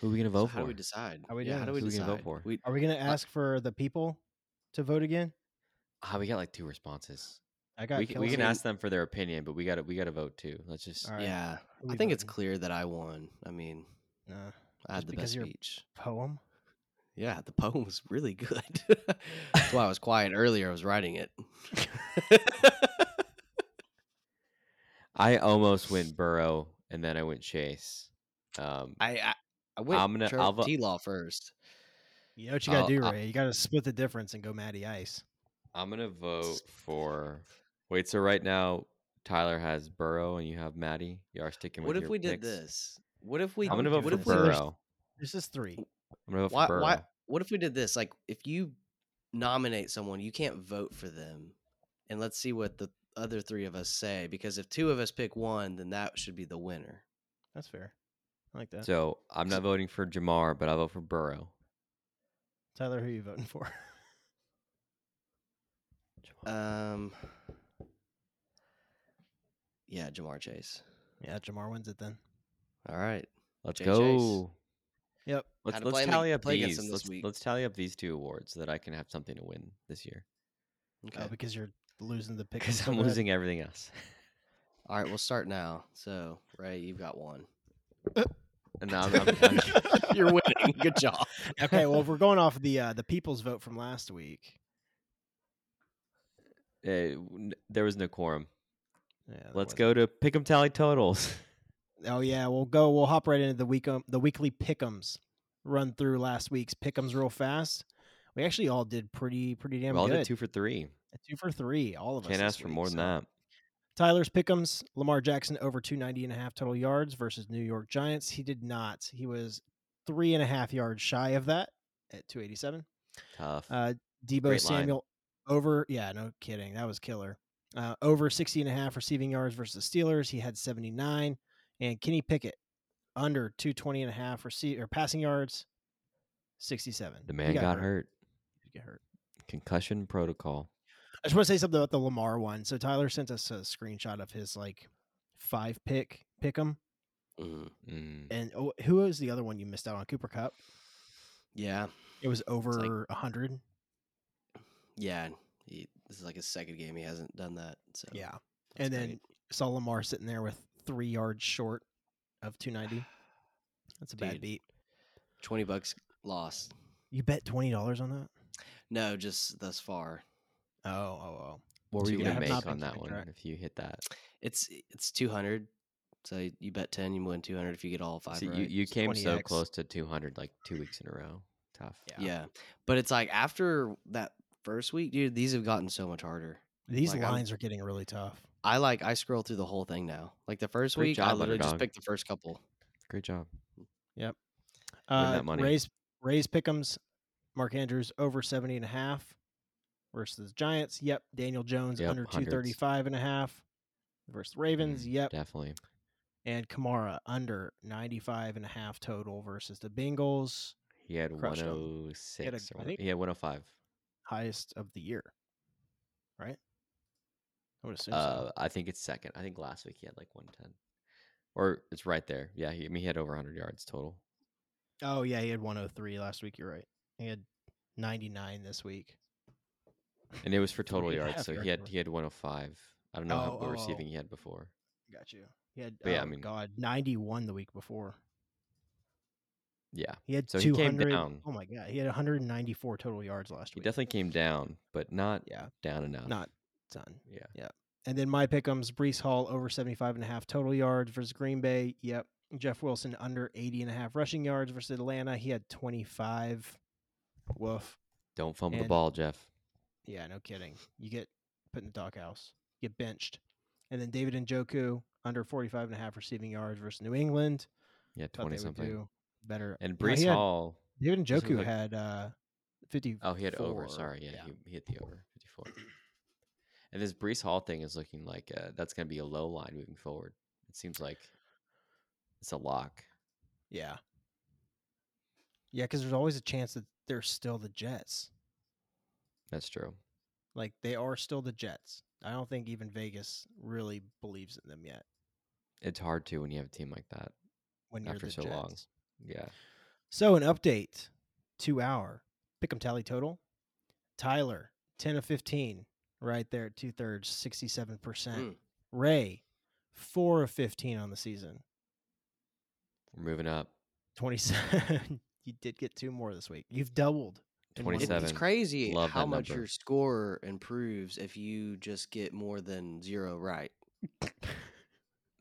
Speaker 1: Who are we gonna
Speaker 3: So
Speaker 1: vote
Speaker 3: how
Speaker 1: for?
Speaker 3: do we decide?
Speaker 2: How we
Speaker 3: yeah, how do
Speaker 2: doing?
Speaker 3: we
Speaker 1: Who we
Speaker 3: decide?
Speaker 1: gonna vote for?
Speaker 3: We-
Speaker 2: Are we going to ask for the people to vote again?
Speaker 1: Ah, we got like two responses.
Speaker 2: I got.
Speaker 1: We can, we
Speaker 2: Kelsey.
Speaker 1: can ask them for their opinion, but we got to we got to vote too. Let's just
Speaker 2: All right.
Speaker 3: Yeah.
Speaker 2: Who
Speaker 3: I
Speaker 2: we
Speaker 3: think it's
Speaker 2: voting?
Speaker 3: clear that I won. I mean,
Speaker 2: Nah.
Speaker 3: I had
Speaker 2: Just
Speaker 3: the
Speaker 2: because
Speaker 3: best
Speaker 2: you're-
Speaker 3: speech.
Speaker 2: poem.
Speaker 3: Yeah, the poem was really good. <laughs> That's why I was quiet earlier. I was writing it. <laughs>
Speaker 1: I almost went Burrow and then I went Chase. Um,
Speaker 3: I I, I went
Speaker 1: I'm gonna- I'll vo-
Speaker 3: T Law first.
Speaker 2: You know what you got
Speaker 1: I'll-
Speaker 2: to do,
Speaker 1: I-
Speaker 2: Ray. You got to split the difference and go Matty Ice.
Speaker 1: I'm gonna vote for. Wait, so right now Tyler has Burrow and you have Maddie. You are sticking
Speaker 3: What
Speaker 1: with
Speaker 3: if
Speaker 1: your
Speaker 3: we did
Speaker 1: picks.
Speaker 3: this? What if we
Speaker 1: I'm gonna vote
Speaker 3: what
Speaker 1: for
Speaker 3: if we were-
Speaker 1: Burrow.
Speaker 2: This is three.
Speaker 1: I'm gonna vote
Speaker 3: why,
Speaker 1: for Burrow.
Speaker 3: why what if we did this like if you nominate someone you can't vote for them and let's see what the other three of us say because if two of us pick one then that should be the winner
Speaker 2: That's fair. I like that.
Speaker 1: So I'm not voting for Jamar, but I'll vote for Burrow.
Speaker 2: Tyler, who you voting for? <laughs>
Speaker 3: Um, yeah, Jamar Chase.
Speaker 2: yeah, Jamar wins it then.
Speaker 3: All right,
Speaker 1: Let's
Speaker 3: Jay Chase.
Speaker 1: go.
Speaker 2: Yep.
Speaker 3: Had
Speaker 1: Let's,
Speaker 3: to
Speaker 1: let's
Speaker 3: play him-
Speaker 1: tally up
Speaker 3: play
Speaker 1: these.
Speaker 3: against him this
Speaker 1: Let's,
Speaker 3: week.
Speaker 1: let's tally up these two awards so that I can have something to win this year
Speaker 3: okay.
Speaker 2: Oh, because you're losing the
Speaker 1: <laughs>
Speaker 2: pick.
Speaker 1: because I'm losing everything else.
Speaker 3: <laughs> All right, we'll start now. So Ray, you've got one.
Speaker 1: And now I'm, I'm, I'm
Speaker 2: <laughs>
Speaker 1: <laughs>
Speaker 3: You're winning. Good job.
Speaker 2: okay, well, if we're going off the uh, the people's vote from last week,
Speaker 1: uh, n- there was no quorum.
Speaker 2: yeah, there
Speaker 1: Let's
Speaker 2: wasn't.
Speaker 1: go to pick'em tally totals. <laughs>
Speaker 2: Oh yeah, we'll go. We'll hop right into the week um, the weekly pickums. Run through last week's pickums real fast. We actually all did pretty pretty damn
Speaker 1: we all
Speaker 2: good.
Speaker 1: did two for three.
Speaker 2: A two for three, all of us.
Speaker 1: Can't
Speaker 2: this
Speaker 1: ask for
Speaker 2: week,
Speaker 1: more than
Speaker 2: so-
Speaker 1: that.
Speaker 2: Tyler's pickums, Lamar Jackson over 290 and a half total yards versus New York Giants. He did not. He was three and a half yards shy of that at 287.
Speaker 1: Tough.
Speaker 2: Uh, Debo
Speaker 1: Great line.
Speaker 2: Samuel over, yeah, no kidding. That was killer. Uh, over 60 and a half receiving yards versus the Steelers. He had 79. And Kenny Pickett under 220 and a half rece- or passing yards, 67.
Speaker 1: the
Speaker 2: He
Speaker 1: man got, hurt.
Speaker 2: He got hurt.
Speaker 1: Concussion protocol.
Speaker 2: I just want to say something about the Lamar one. So Tyler sent us a screenshot of his like five pick pick 'em.
Speaker 3: Mm,
Speaker 1: Mm.
Speaker 2: And oh, who was the other one you missed out on? Cooper Cup.
Speaker 3: yeah,
Speaker 2: It was over a hundred.
Speaker 3: yeah. He, this is like his second game. He hasn't done that. So
Speaker 2: Yeah,
Speaker 3: that's
Speaker 2: and then
Speaker 3: great.
Speaker 2: saw Lamar sitting there with three yards short of two ninety. That's a bad
Speaker 3: Dude.
Speaker 2: beat.
Speaker 3: twenty bucks lost.
Speaker 2: You bet twenty dollars on that?
Speaker 3: No, just thus far.
Speaker 2: Oh, oh, oh.
Speaker 1: What were you
Speaker 3: Two
Speaker 1: going to
Speaker 3: wins.
Speaker 1: make
Speaker 3: Not
Speaker 1: on
Speaker 2: been
Speaker 1: that
Speaker 2: keeping
Speaker 1: one
Speaker 2: track.
Speaker 1: if you hit that?
Speaker 3: It's it's two hundred. So you bet ten, you win two hundred if you get all five.
Speaker 1: See,
Speaker 3: right.
Speaker 1: you, you
Speaker 2: It's
Speaker 1: came so
Speaker 2: 20x.
Speaker 1: close to 200 like two weeks in a row. Tough.
Speaker 2: Yeah.
Speaker 3: yeah. but it's like after that first week, dude. These have gotten so much harder.
Speaker 2: These
Speaker 3: Like, I'm-
Speaker 2: lines are getting really tough.
Speaker 3: I like I scroll through the whole thing now. Like the first
Speaker 1: Great
Speaker 3: week, I
Speaker 1: job,
Speaker 3: literally just
Speaker 1: Underdog.
Speaker 3: picked the first couple.
Speaker 1: Great job.
Speaker 2: Uh,
Speaker 1: that money.
Speaker 2: Raise Raise Pickums, Mark Andrews over 70 and a half versus the Giants. Yep. Daniel Jones
Speaker 1: Yep,
Speaker 2: under
Speaker 1: hundreds.
Speaker 2: 235 and a half versus the Ravens.
Speaker 1: Mm,
Speaker 2: yep.
Speaker 1: Definitely.
Speaker 2: And Kamara under 95 and a half total versus the Bengals.
Speaker 1: He had
Speaker 2: Crushed 'em. He had a-
Speaker 1: 106. or
Speaker 2: I
Speaker 1: what-
Speaker 2: think-
Speaker 1: he had 105.
Speaker 2: highest of the year, right? I would assume
Speaker 1: Uh,
Speaker 2: so.
Speaker 1: I think it's second. I think last week he had like 110, or it's right there. Yeah, he, I mean he had over 100 yards total.
Speaker 2: Oh yeah, he had 103 last week. You're right. He had 99 this week.
Speaker 1: and it was for
Speaker 2: Three
Speaker 1: total
Speaker 2: and a
Speaker 1: yards.
Speaker 2: half
Speaker 1: So
Speaker 2: yards
Speaker 1: he had
Speaker 2: more.
Speaker 1: he had 105. I don't know how
Speaker 2: Oh,
Speaker 1: what
Speaker 2: oh, oh.
Speaker 1: receiving he had before.
Speaker 2: Got you. He had.
Speaker 1: But yeah, I
Speaker 2: oh,
Speaker 1: mean-
Speaker 2: God, 91 the week before.
Speaker 1: Yeah,
Speaker 2: He had
Speaker 1: So he
Speaker 2: 200.
Speaker 1: came down.
Speaker 2: Oh my God, he had 194 total yards last
Speaker 1: he
Speaker 2: week.
Speaker 1: definitely came down, but not
Speaker 2: Yeah.
Speaker 1: down enough.
Speaker 2: Not done.
Speaker 1: yeah.
Speaker 2: And then my pickums: Brees Hall over 75 and a half total yards versus Green Bay. Yep. Jeff Wilson under 80 and a half rushing yards versus Atlanta. He had 25. Woof.
Speaker 1: Don't fumble the
Speaker 2: And-
Speaker 1: ball, Jeff.
Speaker 2: Yeah, no kidding. You get put in the doghouse, you get benched. And then David and Joku under 45 and a half receiving yards versus New England.
Speaker 1: Yeah,
Speaker 2: Thought
Speaker 1: 20
Speaker 2: they would
Speaker 1: something.
Speaker 2: do better.
Speaker 1: And
Speaker 2: No, he
Speaker 1: Brees
Speaker 2: had-
Speaker 1: Hall.
Speaker 2: David and
Speaker 1: wasn't
Speaker 2: Joku
Speaker 1: like-
Speaker 2: had uh 50.
Speaker 1: Oh, he had over.
Speaker 2: four,
Speaker 1: Sorry, yeah,
Speaker 2: yeah.
Speaker 1: He, he hit the over 54. And this Brees Hall thing is looking like uh, that's going to be a low line moving forward. It seems like it's a lock.
Speaker 2: Yeah. Yeah, because there's always a chance that they're still the Jets.
Speaker 1: That's true.
Speaker 2: Like they are still the Jets. I don't think even Vegas really believes in them yet.
Speaker 1: It's hard to when you have a team like that.
Speaker 2: When you're
Speaker 1: After
Speaker 2: the
Speaker 1: so
Speaker 2: Jets.
Speaker 1: long. Yeah.
Speaker 2: So an update to our pick'em tally total. Tyler, 10 of 15, right there at two thirds, 67%.
Speaker 3: Mm.
Speaker 2: Ray, 4 of 15 on the season,
Speaker 1: We're moving up.
Speaker 2: 27. <laughs> you did get two more this week. You've doubled. in one week.
Speaker 3: It-
Speaker 1: 27.
Speaker 3: it's crazy
Speaker 1: Love
Speaker 3: how
Speaker 1: that
Speaker 3: much
Speaker 1: number.
Speaker 3: your score improves if you just get more than zero right.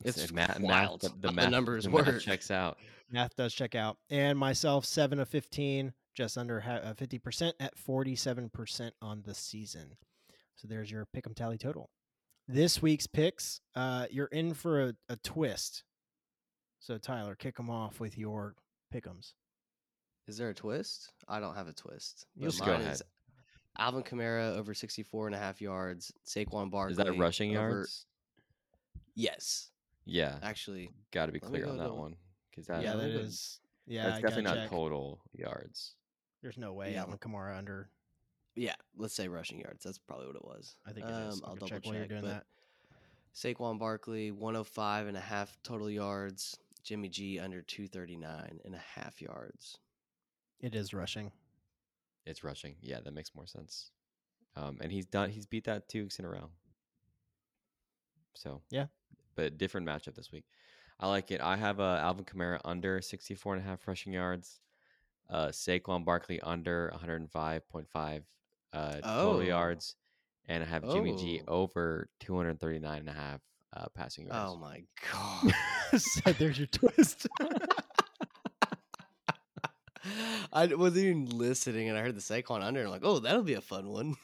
Speaker 3: It's
Speaker 1: uh, ma- math-
Speaker 2: <laughs>
Speaker 3: wild
Speaker 1: the,
Speaker 3: how
Speaker 1: the
Speaker 3: the
Speaker 1: math,
Speaker 3: numbers
Speaker 1: the math
Speaker 3: work.
Speaker 1: checks out.
Speaker 2: Math does check out. And myself, 7 of 15, just under ha- uh, 50% at 47% on the season. So there's your pick'em tally total. This week's picks, uh, you're in for a, a twist. So Tyler, kick them off with your pick'ems.
Speaker 3: Is there a twist? I don't have a twist.
Speaker 2: You'll
Speaker 3: but
Speaker 1: see. Go
Speaker 3: mine is Alvin Kamara over 64 and a half yards. Saquon Barkley.
Speaker 1: Is that rushing
Speaker 3: over-
Speaker 1: yards?
Speaker 3: Yes.
Speaker 1: Yeah.
Speaker 3: Actually,
Speaker 1: Got to be
Speaker 3: let me
Speaker 1: clear
Speaker 3: go
Speaker 1: on that
Speaker 3: to-
Speaker 1: one. because
Speaker 3: Yeah,
Speaker 1: that,
Speaker 2: Yeah,
Speaker 3: that
Speaker 2: that
Speaker 3: was.
Speaker 2: Yeah,
Speaker 1: that's
Speaker 2: I
Speaker 1: definitely
Speaker 2: gotta
Speaker 1: not
Speaker 2: check.
Speaker 1: total yards.
Speaker 2: There's no way
Speaker 3: Yeah.
Speaker 2: Alvin Kamara under.
Speaker 3: Yeah, let's say rushing yards. That's probably what it was.
Speaker 2: I think it is.
Speaker 3: Um, I'll
Speaker 2: I'll
Speaker 3: double
Speaker 2: check
Speaker 3: check.
Speaker 2: while you're doing
Speaker 3: but
Speaker 2: that.
Speaker 3: Saquon Barkley, 105 and a half total yards. Jimmy G under 239 and a half yards.
Speaker 2: It is
Speaker 3: <laughs>
Speaker 2: rushing.
Speaker 1: It's rushing. Yeah, that makes more sense. Um, and he's done. He's beat that two weeks in a row. So
Speaker 2: Yeah.
Speaker 1: but different matchup this week. I like it. I have uh, Alvin Kamara under 64 and a half rushing yards. Uh, Saquon Barkley under 105.5 uh,
Speaker 3: Oh.
Speaker 1: total yards, and I have Jimmy G
Speaker 3: Oh.
Speaker 1: over 239 and a half uh, passing yards.
Speaker 3: Oh my <laughs> god.
Speaker 2: <laughs> so there's
Speaker 3: <laughs>
Speaker 2: your twist.
Speaker 3: I wasn't even listening and I heard the Saquon under and I'm like, oh, that'll be a fun
Speaker 2: <laughs>
Speaker 3: one.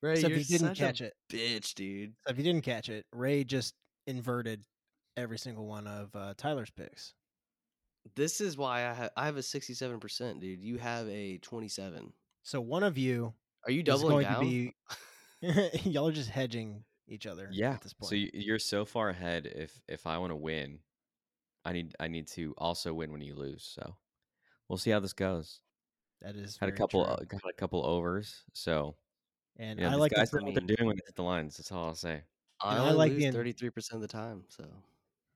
Speaker 3: Ray,
Speaker 2: so if
Speaker 3: you're
Speaker 2: you didn't
Speaker 3: such
Speaker 2: catch
Speaker 3: a
Speaker 2: it,
Speaker 3: bitch, dude.
Speaker 2: so if you didn't catch it, Ray just inverted every single one of uh, Tyler's picks.
Speaker 3: This is why I have I have a 67%, dude. You have a 27.
Speaker 2: So one of you
Speaker 3: Are you
Speaker 2: is going
Speaker 3: doubling
Speaker 1: <laughs>
Speaker 3: down?
Speaker 2: to be. <laughs> y'all are just hedging each other.
Speaker 1: Yeah.
Speaker 2: At this point.
Speaker 1: So you- you're so far ahead. If if I want to win, I need I need to also win when you lose. So we'll see how this goes.
Speaker 2: that is
Speaker 1: Had a
Speaker 2: very
Speaker 1: couple
Speaker 2: true.
Speaker 1: uh, got a couple overs. So
Speaker 2: and
Speaker 1: you know,
Speaker 2: I
Speaker 1: these
Speaker 2: like to
Speaker 1: guys know what they're
Speaker 2: bring-
Speaker 1: doing when they hit the lines. That's all I'll say.
Speaker 3: I
Speaker 2: And I
Speaker 3: only
Speaker 2: like
Speaker 3: lose
Speaker 2: the in-
Speaker 3: 33% of the time, so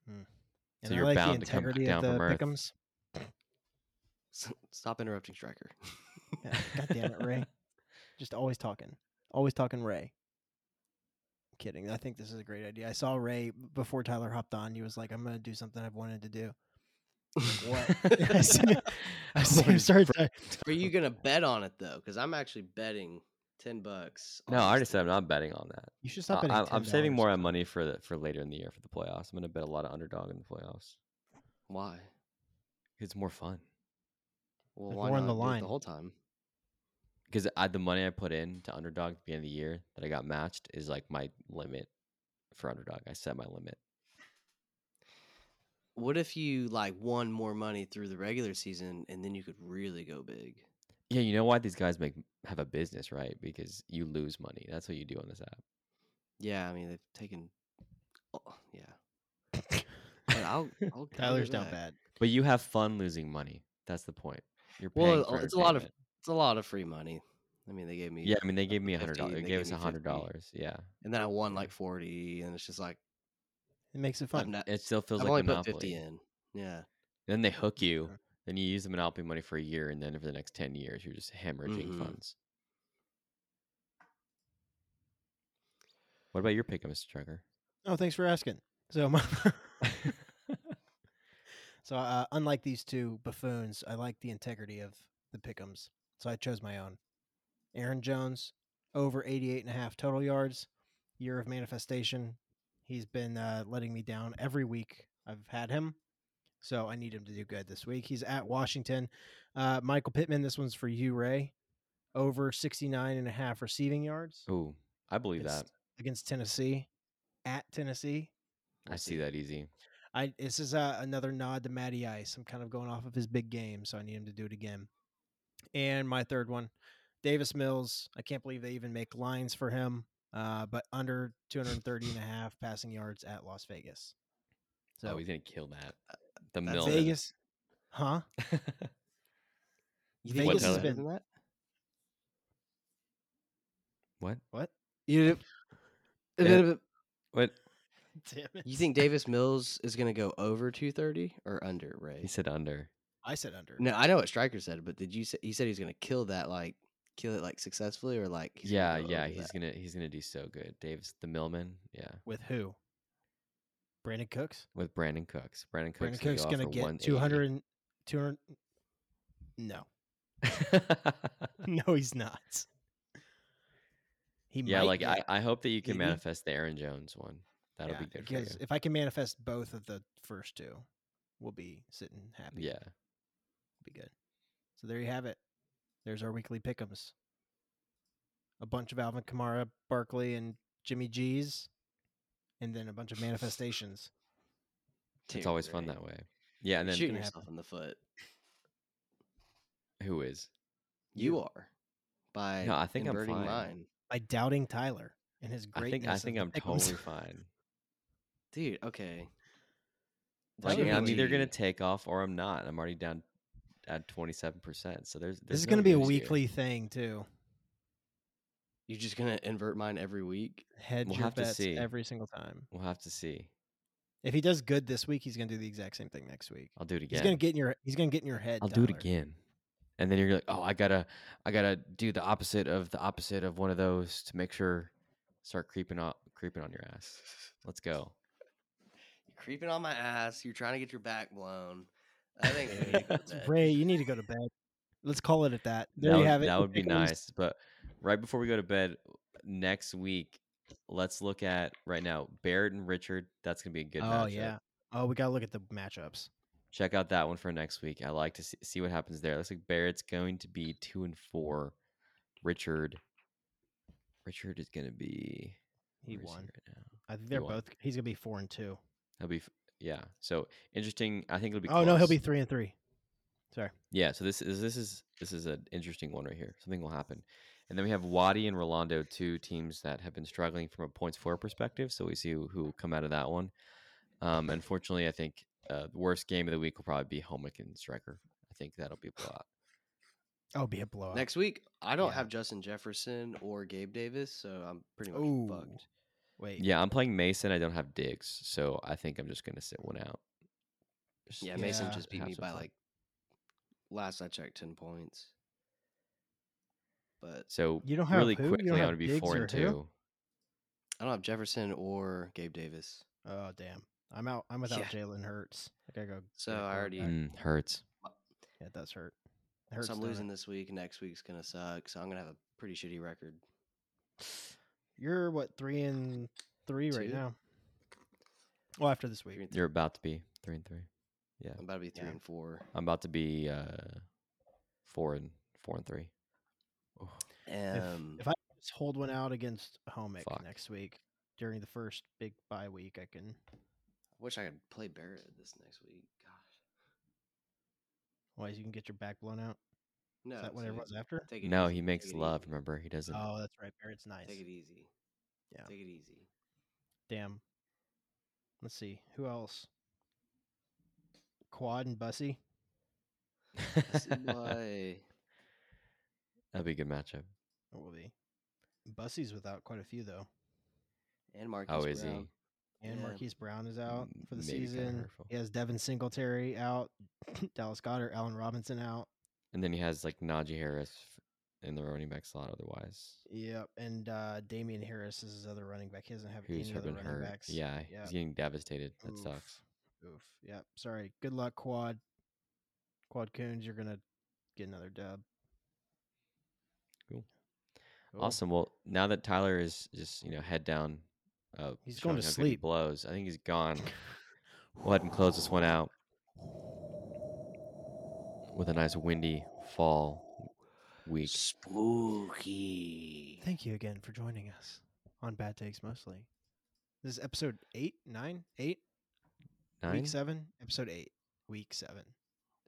Speaker 1: So
Speaker 2: and I
Speaker 1: you're
Speaker 2: like the
Speaker 1: bound to come back
Speaker 2: integrity of
Speaker 1: down
Speaker 2: the
Speaker 1: from earth.
Speaker 2: pickums.
Speaker 3: S- Stop interrupting, Striker.
Speaker 2: Yeah, God damn it, Ray. Just always talking. Always talking Ray. Kidding. I think this is a great idea. I saw Ray before Tyler hopped on. He was like, I'm going to do something I've wanted
Speaker 1: <laughs>
Speaker 2: to do.
Speaker 3: <laughs>
Speaker 2: What? I see- <laughs> I see him start to-
Speaker 1: <laughs>
Speaker 3: Are you gonna bet on it though? Because I'm actually betting ten bucks.
Speaker 1: No, I already said I'm not betting on that.
Speaker 2: You should stop
Speaker 1: I,
Speaker 2: betting
Speaker 1: I'm- I'm saving
Speaker 2: $10.
Speaker 1: more on money for the, for later in the year for the playoffs. I'm gonna bet a lot of underdog in the playoffs.
Speaker 3: why.
Speaker 1: It's more fun
Speaker 3: Well,
Speaker 2: Like, we're
Speaker 3: why not
Speaker 2: on the
Speaker 3: do it
Speaker 2: line.
Speaker 3: the whole time?
Speaker 1: because I, the money I put in to underdog at the beginning of the year that I got matched is like my limit for underdog. I set my limit.
Speaker 3: What if you like won more money through the regular season and then you could really go big?
Speaker 1: Yeah, you know why these guys make have a business, right? Because you lose money. That's what you do on this app.
Speaker 3: Yeah, I mean they've taken. Oh, yeah,
Speaker 1: <laughs>
Speaker 3: but I'll. I'll
Speaker 2: Tyler's
Speaker 3: give it
Speaker 2: down
Speaker 3: back.
Speaker 2: bad.
Speaker 1: But you have fun losing money. That's the point. You're paying
Speaker 3: Well,
Speaker 1: for
Speaker 3: it's a lot of
Speaker 1: entertainment.
Speaker 3: it's a lot of free money. I mean, they gave me
Speaker 1: yeah. I mean, they gave me a
Speaker 3: 50,
Speaker 1: hundred dollars. They
Speaker 3: they
Speaker 1: gave
Speaker 3: gave
Speaker 1: us
Speaker 3: me
Speaker 1: a
Speaker 3: 50.
Speaker 1: hundred dollars. Yeah,
Speaker 3: and then I won like forty, and it's just like
Speaker 2: It makes it
Speaker 3: I'm
Speaker 2: fun.
Speaker 3: not,
Speaker 1: it still feels
Speaker 3: I've
Speaker 1: like
Speaker 3: only put
Speaker 1: monopoly.
Speaker 3: fifty in. Yeah,
Speaker 1: Then they hook you. Then you use the monopoly money for a year, and then for the next ten years, you're just hemorrhaging
Speaker 3: Mhm.
Speaker 1: funds. What about your pick, Mr. Trucker?
Speaker 2: Oh, thanks for asking. So, my, <laughs> so uh, unlike these two buffoons, I like the integrity of the pickums. So I chose my own. Aaron Jones, over 88 and a half total yards, year of manifestation. He's been uh, letting me down every week I've had him. So I need him to do good this week. He's at Washington. Uh, Michael Pittman, this one's for you, Ray. Over 69 and a half receiving yards
Speaker 1: Ooh, I believe
Speaker 2: It's-
Speaker 1: that.
Speaker 2: against Tennessee, at Tennessee.
Speaker 1: I see that easy.
Speaker 2: I this is uh, another nod to Matty Ice. I'm kind of going off of his big game, so I need him to do it again. And my third one, Davis Mills. I can't believe they even make lines for him. Uh, but under 230 and a half passing yards at Las Vegas. So
Speaker 1: oh, he's gonna kill that.
Speaker 3: uh,
Speaker 1: The
Speaker 3: that's
Speaker 1: mill.
Speaker 2: Vegas, huh?
Speaker 3: you
Speaker 1: What,
Speaker 2: Vegas has
Speaker 1: Tyler?
Speaker 2: been
Speaker 3: that?
Speaker 1: what?
Speaker 2: what?
Speaker 3: You,
Speaker 1: Yeah. What?
Speaker 2: <laughs> Damn it!
Speaker 3: you think Davis Mills is going to go over 230 or under,
Speaker 1: He
Speaker 3: Ray?
Speaker 1: said under.
Speaker 2: I said under.
Speaker 3: No, I know what Stryker said, but did you say he said he's going to kill that, like, kill it, like, successfully or like, he's gonna
Speaker 1: yeah,
Speaker 3: go
Speaker 1: yeah,
Speaker 3: over
Speaker 1: he's
Speaker 3: that?
Speaker 1: gonna he's gonna do so good. Davis the Millman, yeah,
Speaker 2: With who? Brandon Cooks.
Speaker 1: with Brandon Cooks. Brandon Cooks,
Speaker 2: Brandon Cooks gonna get 200. and- 200 No,
Speaker 1: <laughs>
Speaker 2: <laughs> no, he's not. He
Speaker 1: yeah,
Speaker 2: might
Speaker 1: like
Speaker 2: get
Speaker 1: I, I hope that you can
Speaker 2: Maybe.
Speaker 1: manifest the Aaron Jones one. That'll
Speaker 2: Yeah,
Speaker 1: be good for you.
Speaker 2: because if I can manifest both of the first two, we'll be sitting happy.
Speaker 1: Yeah,
Speaker 2: be good. So there you have it. There's our weekly pickums. A bunch of Alvin Kamara, Barkley, and Jimmy G's, and then a
Speaker 1: <laughs>
Speaker 2: bunch of manifestations.
Speaker 1: it's
Speaker 3: Dude,
Speaker 1: always fun
Speaker 3: Ray,
Speaker 1: that way. Yeah, and
Speaker 3: you're
Speaker 1: then
Speaker 3: shooting
Speaker 2: gonna
Speaker 3: yourself in the foot.
Speaker 1: who is?
Speaker 3: You are by
Speaker 1: No, I think I'm
Speaker 3: inverting
Speaker 1: fine.
Speaker 3: mine,
Speaker 2: By doubting Tyler and his
Speaker 1: I
Speaker 2: greatness. <laughs>
Speaker 1: think I
Speaker 2: of
Speaker 1: think
Speaker 2: the
Speaker 1: I'm
Speaker 2: pickums.
Speaker 1: totally fine.
Speaker 3: dude. Okay,
Speaker 1: Like,
Speaker 2: would be
Speaker 1: I'm either
Speaker 3: GG.
Speaker 1: gonna take off or I'm not. I'm already down at 27. percent So there's,
Speaker 2: This
Speaker 1: there's
Speaker 2: is
Speaker 1: no
Speaker 2: going to be a
Speaker 1: news here.
Speaker 2: weekly thing too.
Speaker 3: You're just gonna invert mine every week.
Speaker 2: Hedge
Speaker 1: We'll
Speaker 2: your
Speaker 1: have to
Speaker 2: bets
Speaker 1: see.
Speaker 2: every single time.
Speaker 1: We'll have to see.
Speaker 2: If he does good this week, he's going to do the exact same thing next week.
Speaker 1: I'll do it
Speaker 2: He's
Speaker 1: again.
Speaker 2: going to get in your. He's going to get in your head.
Speaker 1: I'll do it
Speaker 2: Tyler.
Speaker 1: again. And then you're like, oh, I gotta, I gotta do the opposite of the opposite of one of those to make sure start creeping on, creeping on your ass. Let's go.
Speaker 3: You're creeping on my ass. You're trying to get your back blown. I think we
Speaker 1: <laughs>
Speaker 3: need to quit.
Speaker 2: Ray, you need to go to bed. Let's call it at that. There
Speaker 1: that
Speaker 2: you
Speaker 1: would,
Speaker 2: have it.
Speaker 1: That
Speaker 2: You
Speaker 1: would be
Speaker 2: pick 'em.
Speaker 1: nice. But right before we go to bed next week, let's look at right now Barrett and Richard. That's gonna be a good.
Speaker 2: Oh
Speaker 1: matchup.
Speaker 2: yeah. Oh, we got to look at the matchups.
Speaker 1: Check out that one for next week. I like to see, see what happens there. Looks like Barrett's going to be two and four. Richard. Richard is gonna be.
Speaker 2: He
Speaker 1: where is
Speaker 2: won.
Speaker 1: right now.
Speaker 2: I think they're
Speaker 1: won.
Speaker 2: both. He's going to be four and two.
Speaker 1: He'll be f- yeah. So interesting. I think it'll be.
Speaker 2: Oh no, he'll
Speaker 1: close.
Speaker 2: be three and three.
Speaker 1: Yeah. So this is this is this is an interesting one right here. Something will happen, and then we have Wadi and Rolando, two teams that have been struggling from a points for perspective. So we see who, who will come out of that one. Um, unfortunately, I think uh, the worst game of the week will probably be Homick and Striker. I think that'll be a blowout.
Speaker 2: Oh, be a blowout.
Speaker 3: Next week, I don't
Speaker 2: Yeah.
Speaker 3: have Justin Jefferson or Gabe Davis, so I'm pretty much
Speaker 2: Ooh.
Speaker 3: fucked.
Speaker 2: Wait.
Speaker 1: Yeah, I'm playing Mason. I don't have Diggs, so I think I'm just gonna sit one out. Just-
Speaker 3: Yeah, Mason
Speaker 2: Yeah.
Speaker 3: just beat
Speaker 1: have
Speaker 3: me
Speaker 1: some
Speaker 3: by
Speaker 1: fun.
Speaker 3: like last I checked, ten points. But
Speaker 1: So
Speaker 2: You don't have
Speaker 1: really
Speaker 2: who? You don't
Speaker 1: quickly. I'm
Speaker 2: have
Speaker 1: gonna be
Speaker 2: Diggs
Speaker 1: four
Speaker 2: or
Speaker 1: and
Speaker 2: who?
Speaker 1: two.
Speaker 3: I don't have Jefferson or Gabe Davis,
Speaker 2: Oh damn. I'm out. I'm without
Speaker 3: Yeah.
Speaker 2: Jalen Hurts. I gotta go.
Speaker 3: so
Speaker 2: get a
Speaker 3: I already.
Speaker 2: quarterback.
Speaker 1: Mm, hurts.
Speaker 2: Yeah, it does hurt. It
Speaker 3: so
Speaker 2: hurts,
Speaker 3: I'm
Speaker 2: doesn't
Speaker 3: losing
Speaker 2: it?
Speaker 3: this week. Next week's gonna suck. So I'm gonna have a pretty shitty record.
Speaker 2: You're what three and three right
Speaker 3: Two?
Speaker 2: now. Well, after this
Speaker 3: Three
Speaker 2: week,
Speaker 3: and th-
Speaker 1: You're about to be three and three. Yeah.
Speaker 3: I'm about to be three
Speaker 2: Yeah.
Speaker 3: and four,
Speaker 1: I'm about to be uh, four and four and three. Oh,
Speaker 2: If-
Speaker 3: and
Speaker 2: if, I just hold one out against Homick
Speaker 1: Um, Fuck.
Speaker 2: next week during the first big bye week, I can.
Speaker 3: wish I could play Barrett this next week. Gosh,
Speaker 2: Otherwise, you can get your back blown out.
Speaker 3: no.
Speaker 2: Is that what
Speaker 3: take it-
Speaker 2: everyone's after?
Speaker 3: take it
Speaker 1: no,
Speaker 3: easy,
Speaker 1: he makes
Speaker 3: take it
Speaker 1: love.
Speaker 3: easy,
Speaker 1: Remember, he doesn't. <laughs>
Speaker 2: Oh, that's right. Barrett's nice.
Speaker 1: e
Speaker 3: Take it easy.
Speaker 2: Yeah.
Speaker 3: Take it easy.
Speaker 2: Damn. Let's see who else. Quad and Bussy.
Speaker 3: That's
Speaker 2: <laughs>
Speaker 1: That'd
Speaker 3: why-
Speaker 1: be a good matchup.
Speaker 2: It will be. Bussy's without quite a few though.
Speaker 3: And Marcus.
Speaker 1: Oh, is
Speaker 3: Brown.
Speaker 1: he?
Speaker 2: And
Speaker 3: Yeah.
Speaker 2: Marquise Brown is out
Speaker 1: M-
Speaker 2: for the
Speaker 1: maybe kinda
Speaker 2: season.
Speaker 1: hurtful.
Speaker 2: He has Devin Singletary out, <clears throat> Dallas Goddard, Allen Robinson out.
Speaker 1: And then he has like Najee Harris f- in the running back slot. Otherwise,
Speaker 2: Yep, and uh, Damian Harris is his other running back. He doesn't have
Speaker 1: who's
Speaker 2: any other
Speaker 1: been
Speaker 2: running
Speaker 1: hurt?
Speaker 2: backs.
Speaker 1: Yeah,
Speaker 2: Yep.
Speaker 1: he's getting devastated. That
Speaker 2: Oof.
Speaker 1: sucks.
Speaker 2: Oof. Yep. Sorry. Good luck, Quad. Quad Coons, you're gonna get another dub.
Speaker 1: Cool.
Speaker 2: Cool.
Speaker 1: Awesome. Well, now that Tyler is just you know head down, uh,
Speaker 2: He's going
Speaker 1: showing
Speaker 2: to
Speaker 1: how good he
Speaker 2: sleep.
Speaker 1: Blows. I think he's
Speaker 2: <laughs>
Speaker 1: gone. We'll ahead and close this one out with a nice windy fall week.
Speaker 3: Spooky.
Speaker 2: Thank you again for joining us on Bad Takes Mostly. This is episode eight, nine, eight.
Speaker 1: Nine?
Speaker 2: Week seven, episode eight, week seven,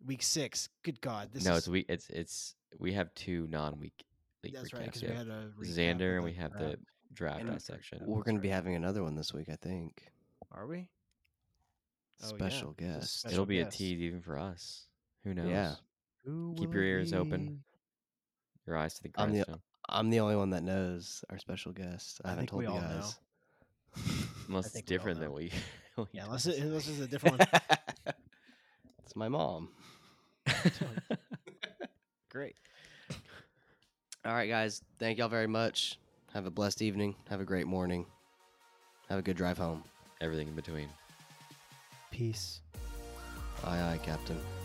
Speaker 2: week six. Good God, this
Speaker 1: no,
Speaker 2: is
Speaker 1: it's we. It's it's we have two non-week. league
Speaker 2: that's right
Speaker 1: recaps.
Speaker 2: because
Speaker 1: We
Speaker 2: we
Speaker 1: have
Speaker 2: had a recap
Speaker 1: Xander
Speaker 2: of
Speaker 1: and we have
Speaker 2: draft.
Speaker 1: the draft
Speaker 3: And-
Speaker 1: out section.
Speaker 3: We're going to be having another one this week, I think.
Speaker 2: Are we? Oh, yeah.
Speaker 3: Special
Speaker 2: It's a
Speaker 3: guest.
Speaker 2: special
Speaker 1: It'll be
Speaker 2: guest.
Speaker 1: a tease even for us. Who knows?
Speaker 3: Yeah.
Speaker 2: Who
Speaker 1: Keep
Speaker 2: will
Speaker 1: your
Speaker 2: it
Speaker 1: ears
Speaker 2: be?
Speaker 1: open. Your eyes to the
Speaker 3: I'm the-
Speaker 1: grindstone.
Speaker 3: I'm the only one that knows our special guest. I,
Speaker 2: I think
Speaker 3: haven't told
Speaker 2: we
Speaker 3: you
Speaker 2: all
Speaker 3: guys.
Speaker 1: Unless it's
Speaker 2: think we all
Speaker 1: different than
Speaker 2: know.
Speaker 1: we. <laughs>
Speaker 2: Yeah, unless, it, unless it's a different <laughs> one.
Speaker 3: <laughs> it's my mom. <laughs>
Speaker 2: Great.
Speaker 3: All right, guys. Thank y'all very much. Have a blessed evening. Have a great morning. Have a good drive home.
Speaker 1: Everything in between.
Speaker 2: Peace.
Speaker 3: Aye, aye, Captain.